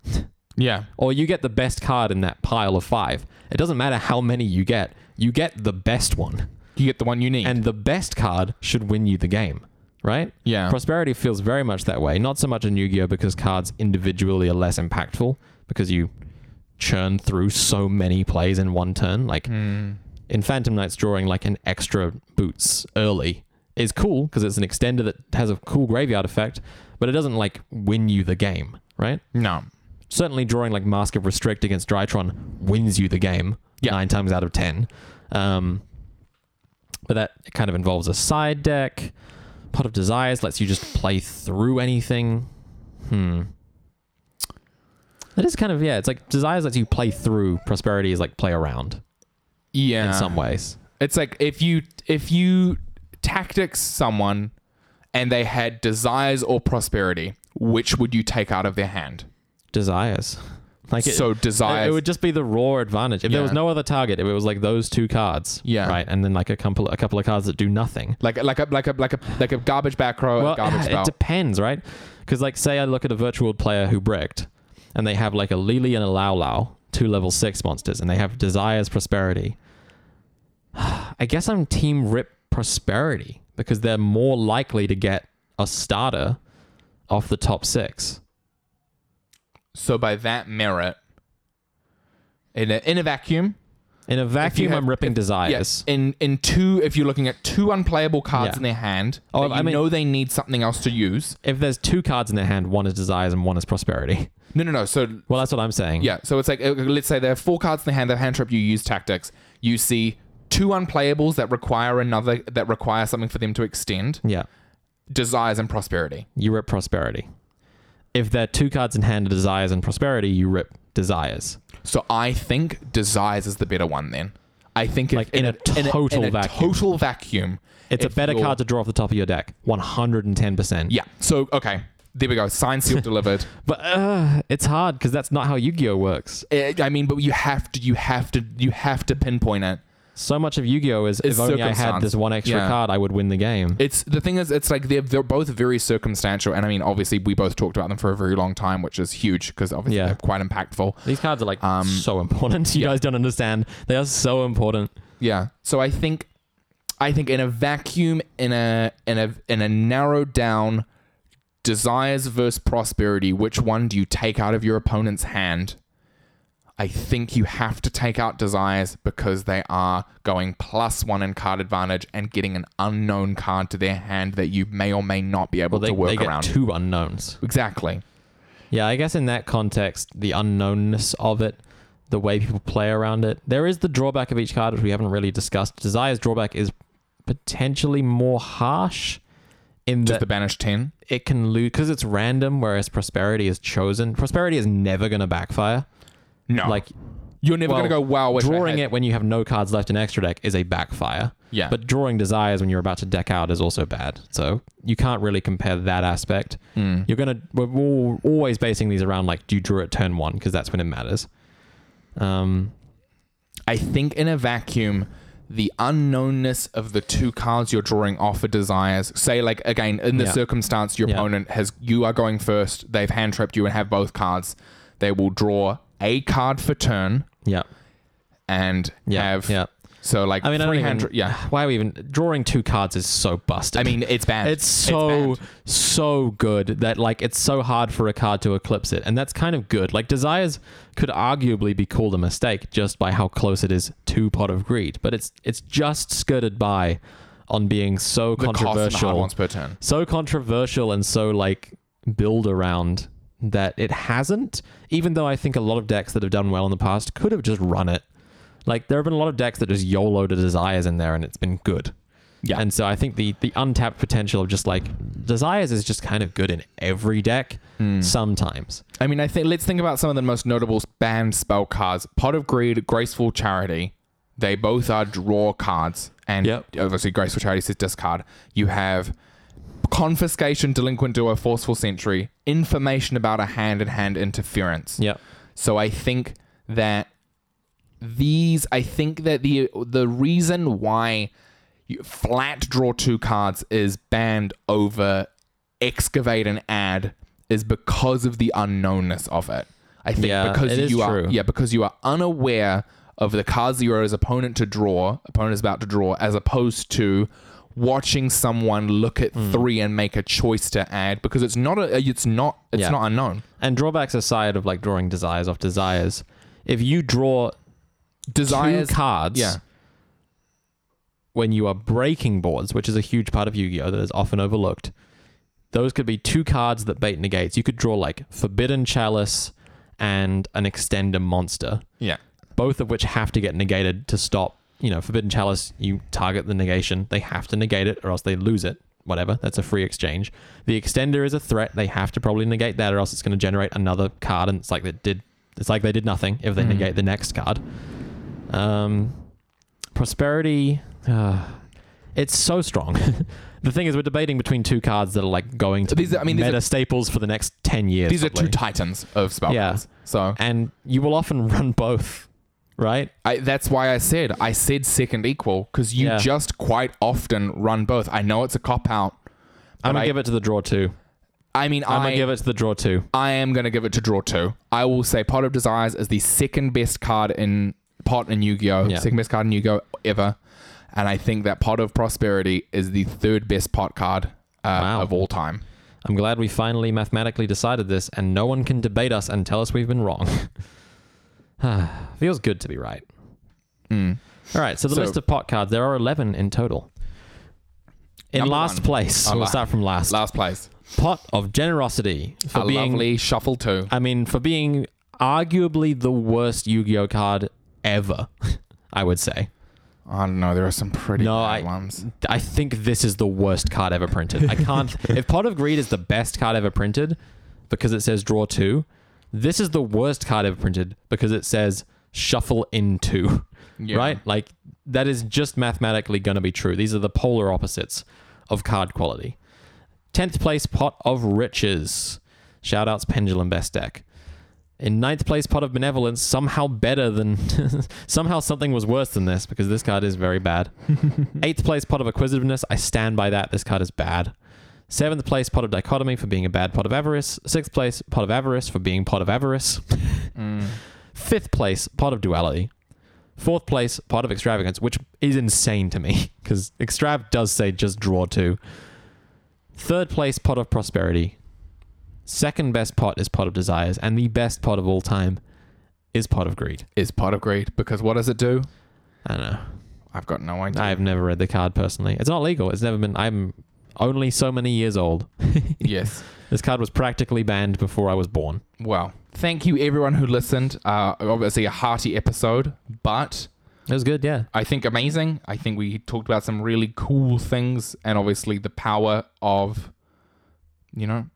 Yeah, or you get the best card in that pile of five. It doesn't matter how many you get, you get the best one. you get the one you need. And the best card should win you the game, right? Yeah. Prosperity feels very much that way. Not so much in Yu Gi Oh! because cards individually are less impactful because you churn through so many plays in one turn. Like Mm. in Phantom Knights, drawing like an extra boots early is cool because it's an extender that has a cool graveyard effect, but it doesn't like win you the game, right? no, certainly drawing like Mask of Restrict against Drytron wins you the game Yeah. nine times out of ten. Um, but that kind of involves a side deck. Pot of Desires lets you just play through anything. Hmm. That is kind of yeah. It's like Desires lets you play through. Prosperity is like play around yeah. in some ways. It's like if you if you tactics someone and they had desires or prosperity, which would you take out of their hand? Desires. Like it, so it, desires. it would just be the raw advantage. If there was Yeah. no other target, if it was like those two cards, Yeah. right, and then like a couple a couple of cards that do nothing. like like a like a like a like a garbage back row, well, a garbage it spell. depends, right? Because like, say I look at a virtual player who bricked, and they have like a Lily and a Lao Lao, two level six monsters, and they have Desires Prosperity. I guess I'm Team Rip Prosperity because they're more likely to get a starter off the top six. So by that merit, in a, in a vacuum, In a vacuum, have- I'm ripping Desires. yes. In in two, if you're looking at two unplayable cards Yeah. in their hand, Oh, that I you mean- know they need something else to use. If there's two cards in their hand, one is Desires and one is Prosperity. No, no, no. So Well, that's what I'm saying. yeah, so it's like uh, let's say there are four cards in their hand. Their hand trap. You use tactics. You see two unplayables that require another that require something for them to extend. Yeah. Desires and prosperity. you rip prosperity. If there are two cards in hand, desires and prosperity, you rip desires. So I think desires is the better one. Then I think if, Like, in a total in a vacuum. total vacuum, It's if a better you're- card to draw off the top of your deck, one hundred and ten percent. Yeah. So okay, there we go. Signed, sealed, delivered. but uh, it's hard Uh, because that's not how Yu-Gi-Oh works. Eh, I mean, but you have to, you have to, you have to pinpoint it. so much of Yu-Gi-Oh is It's if only I had circumstance. this one extra Yeah. card, I would win the game. It's the thing is, it's like they're, they're both very circumstantial, and I mean, obviously, we both talked about them for a very long time, which is huge because obviously Yeah. they're quite impactful. These cards are like Um, so important. You guys don't understand. They are so important. Yeah. So I think, I think in a vacuum, in a in a in a narrowed down desires versus prosperity, which one do you take out of your opponent's hand? I think you have to take out desires because they are going plus one in card advantage and getting an unknown card to their hand that you may or may not be able Well, they, to work they get around. two unknowns. exactly. Yeah, I guess in that context, the unknownness of it, the way people play around it, there is the drawback of each card, which we haven't really discussed. Desire's drawback is potentially more harsh in Just that the banished ten. it can lose because it's random, whereas prosperity is chosen. Prosperity is never going to backfire. No, Like you're never well, gonna go wow. wish I drawing had-" it when you have no cards left in extra deck is a backfire. Yeah. But drawing desires when you're about to deck out is also bad. So you can't really compare that aspect. Hmm. You're gonna we're all, always basing these around like do you draw it turn one because that's when it matters. Um, I think in a vacuum, the unknownness of the two cards you're drawing off are desires. Say, like again, in this Yeah. circumstance, your Yeah. opponent has you are going first. They've hand trapped you and have both cards. They will draw a card for turn yeah, and yeah, have yeah. so like I mean, I don't three even, hand. tra- yeah, Why are we even drawing two cards is so busted. I mean it's bad. It's so bad. so good that like it's so hard for a card to eclipse it, and that's kind of good. Like desires could arguably be called a mistake just by how close it is to pot of greed, but it's it's just skirted by on being so the cost and the hard controversial, ones per turn. so controversial, and so like build around that it hasn't. Even though I think a lot of decks that have done well in the past could have just run it. Like there have been a lot of decks that just YOLO to desires in there, and it's been good. Yeah, And so I think the the untapped potential of just like desires is just kind of good in every deck sometimes. I mean, I think let's think about some of the most notable banned spell cards: Pot of Greed, Graceful Charity. They both are draw cards, and Yep. obviously, Graceful Charity says discard. You have Confiscation, Delinquent Duo, Forceful Sentry, information about a hand-in-hand interference. Yeah. So I think that these, I think that the the reason why you- flat draw two cards is banned over excavate and add is because of the unknownness of it. I think Yeah, because it is you true. are yeah because you are unaware of the cards that your opponent to draw opponent is about to draw as opposed to watching someone look at Hmm. three and make a choice to add because it's not a it's not it's Yeah. not unknown And drawbacks aside of like drawing desires off desires, if you draw desires two cards yeah when you are breaking boards, which is a huge part of Yu-Gi-Oh that is often overlooked, those could be two cards that bait negates. You could draw like Forbidden Chalice and an Extender Monster. yeah both of which have to get negated to stop. You know, Forbidden Chalice, you target the negation. They have to negate it or else they lose it. Whatever. That's a free exchange. The extender is a threat. They have to probably negate that or else it's going to generate another card and it's like they did it's like they did nothing if they Hmm. negate the next card. Um Prosperity uh, it's so strong. the thing is we're debating between two cards that are like going to These these are- I mean, these meta are- staples for the next 10 years. these are two probably. titans of spell Yeah. cards. So and you will often run both, right? I, that's why I said I said second equal because you Yeah. just quite often run both. I know it's a cop out. I'm But gonna I- give it to the draw two. I mean, I'm I gonna give it to the draw two. I am going to give it to draw two. I will say Pot of Desires is the second best card in Pot in Yu Gi Oh! Yeah. Second best card in Yu Gi Oh! ever. And I think that Pot of Prosperity is the third best pot card uh, Wow. of all time. I'm glad we finally mathematically decided this, and no one can debate us and tell us we've been wrong. Ah, Feels good to be right. Mm. All right, so the So- list of pot cards there are eleven in total. In Number last one. place, Oh, we'll la- start from last. Last place. Pot of generosity for a being, lovely shuffle two. I mean, for being arguably the worst Yu-Gi-Oh card ever. I would say. I don't know. There are some pretty No, I- bad ones. I think this is the worst card ever printed. I can't. if Pot of Greed is the best card ever printed because it says draw two, this is the worst card ever printed because it says shuffle in two. Yeah. Right? Like, that is just mathematically going to be true. These are the polar opposites of card quality. 10th place, Pot of Riches. Shoutouts, Pendulum Best Deck. In ninth place, Pot of Benevolence, somehow better than. somehow something was worse than this because this card is very bad. Eighth place, Pot of Acquisitiveness. I stand by that. This card is bad. Seventh place, Pot of Dichotomy for being a bad Pot of Avarice. Sixth place, Pot of Avarice for being Pot of Avarice. Mm. Fifth place, Pot of Duality. Fourth place, Pot of Extravagance, which is insane to me because Extrav does say just draw two. Third place, Pot of Prosperity. Second best pot is Pot of Desires, and the best pot of all time is Pot of Greed. Is pot of greed because what does it do? I don't know. I've got no idea. I've never read the card personally. It's not legal. It's never been. I'm only so many years old. yes. This card was practically banned before I was born. Well, thank you everyone who listened. Uh, obviously a hearty episode, but It was good, yeah. I think amazing. I think we talked about some really cool things, and obviously the power of, you know,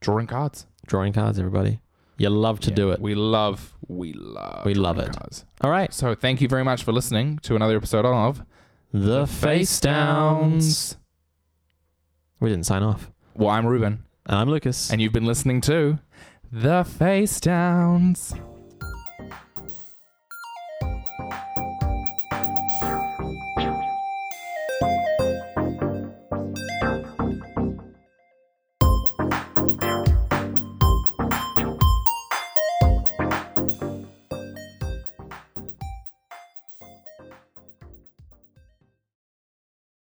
drawing cards. Drawing cards, everybody. You love to Yeah, do it. We love, we love, We love drawing it. Cards. All right. So thank you very much for listening to another episode of The Face Downs. We didn't sign off. Well, I'm Ruben, And I'm Lucas. and you've been listening to the Face Downs.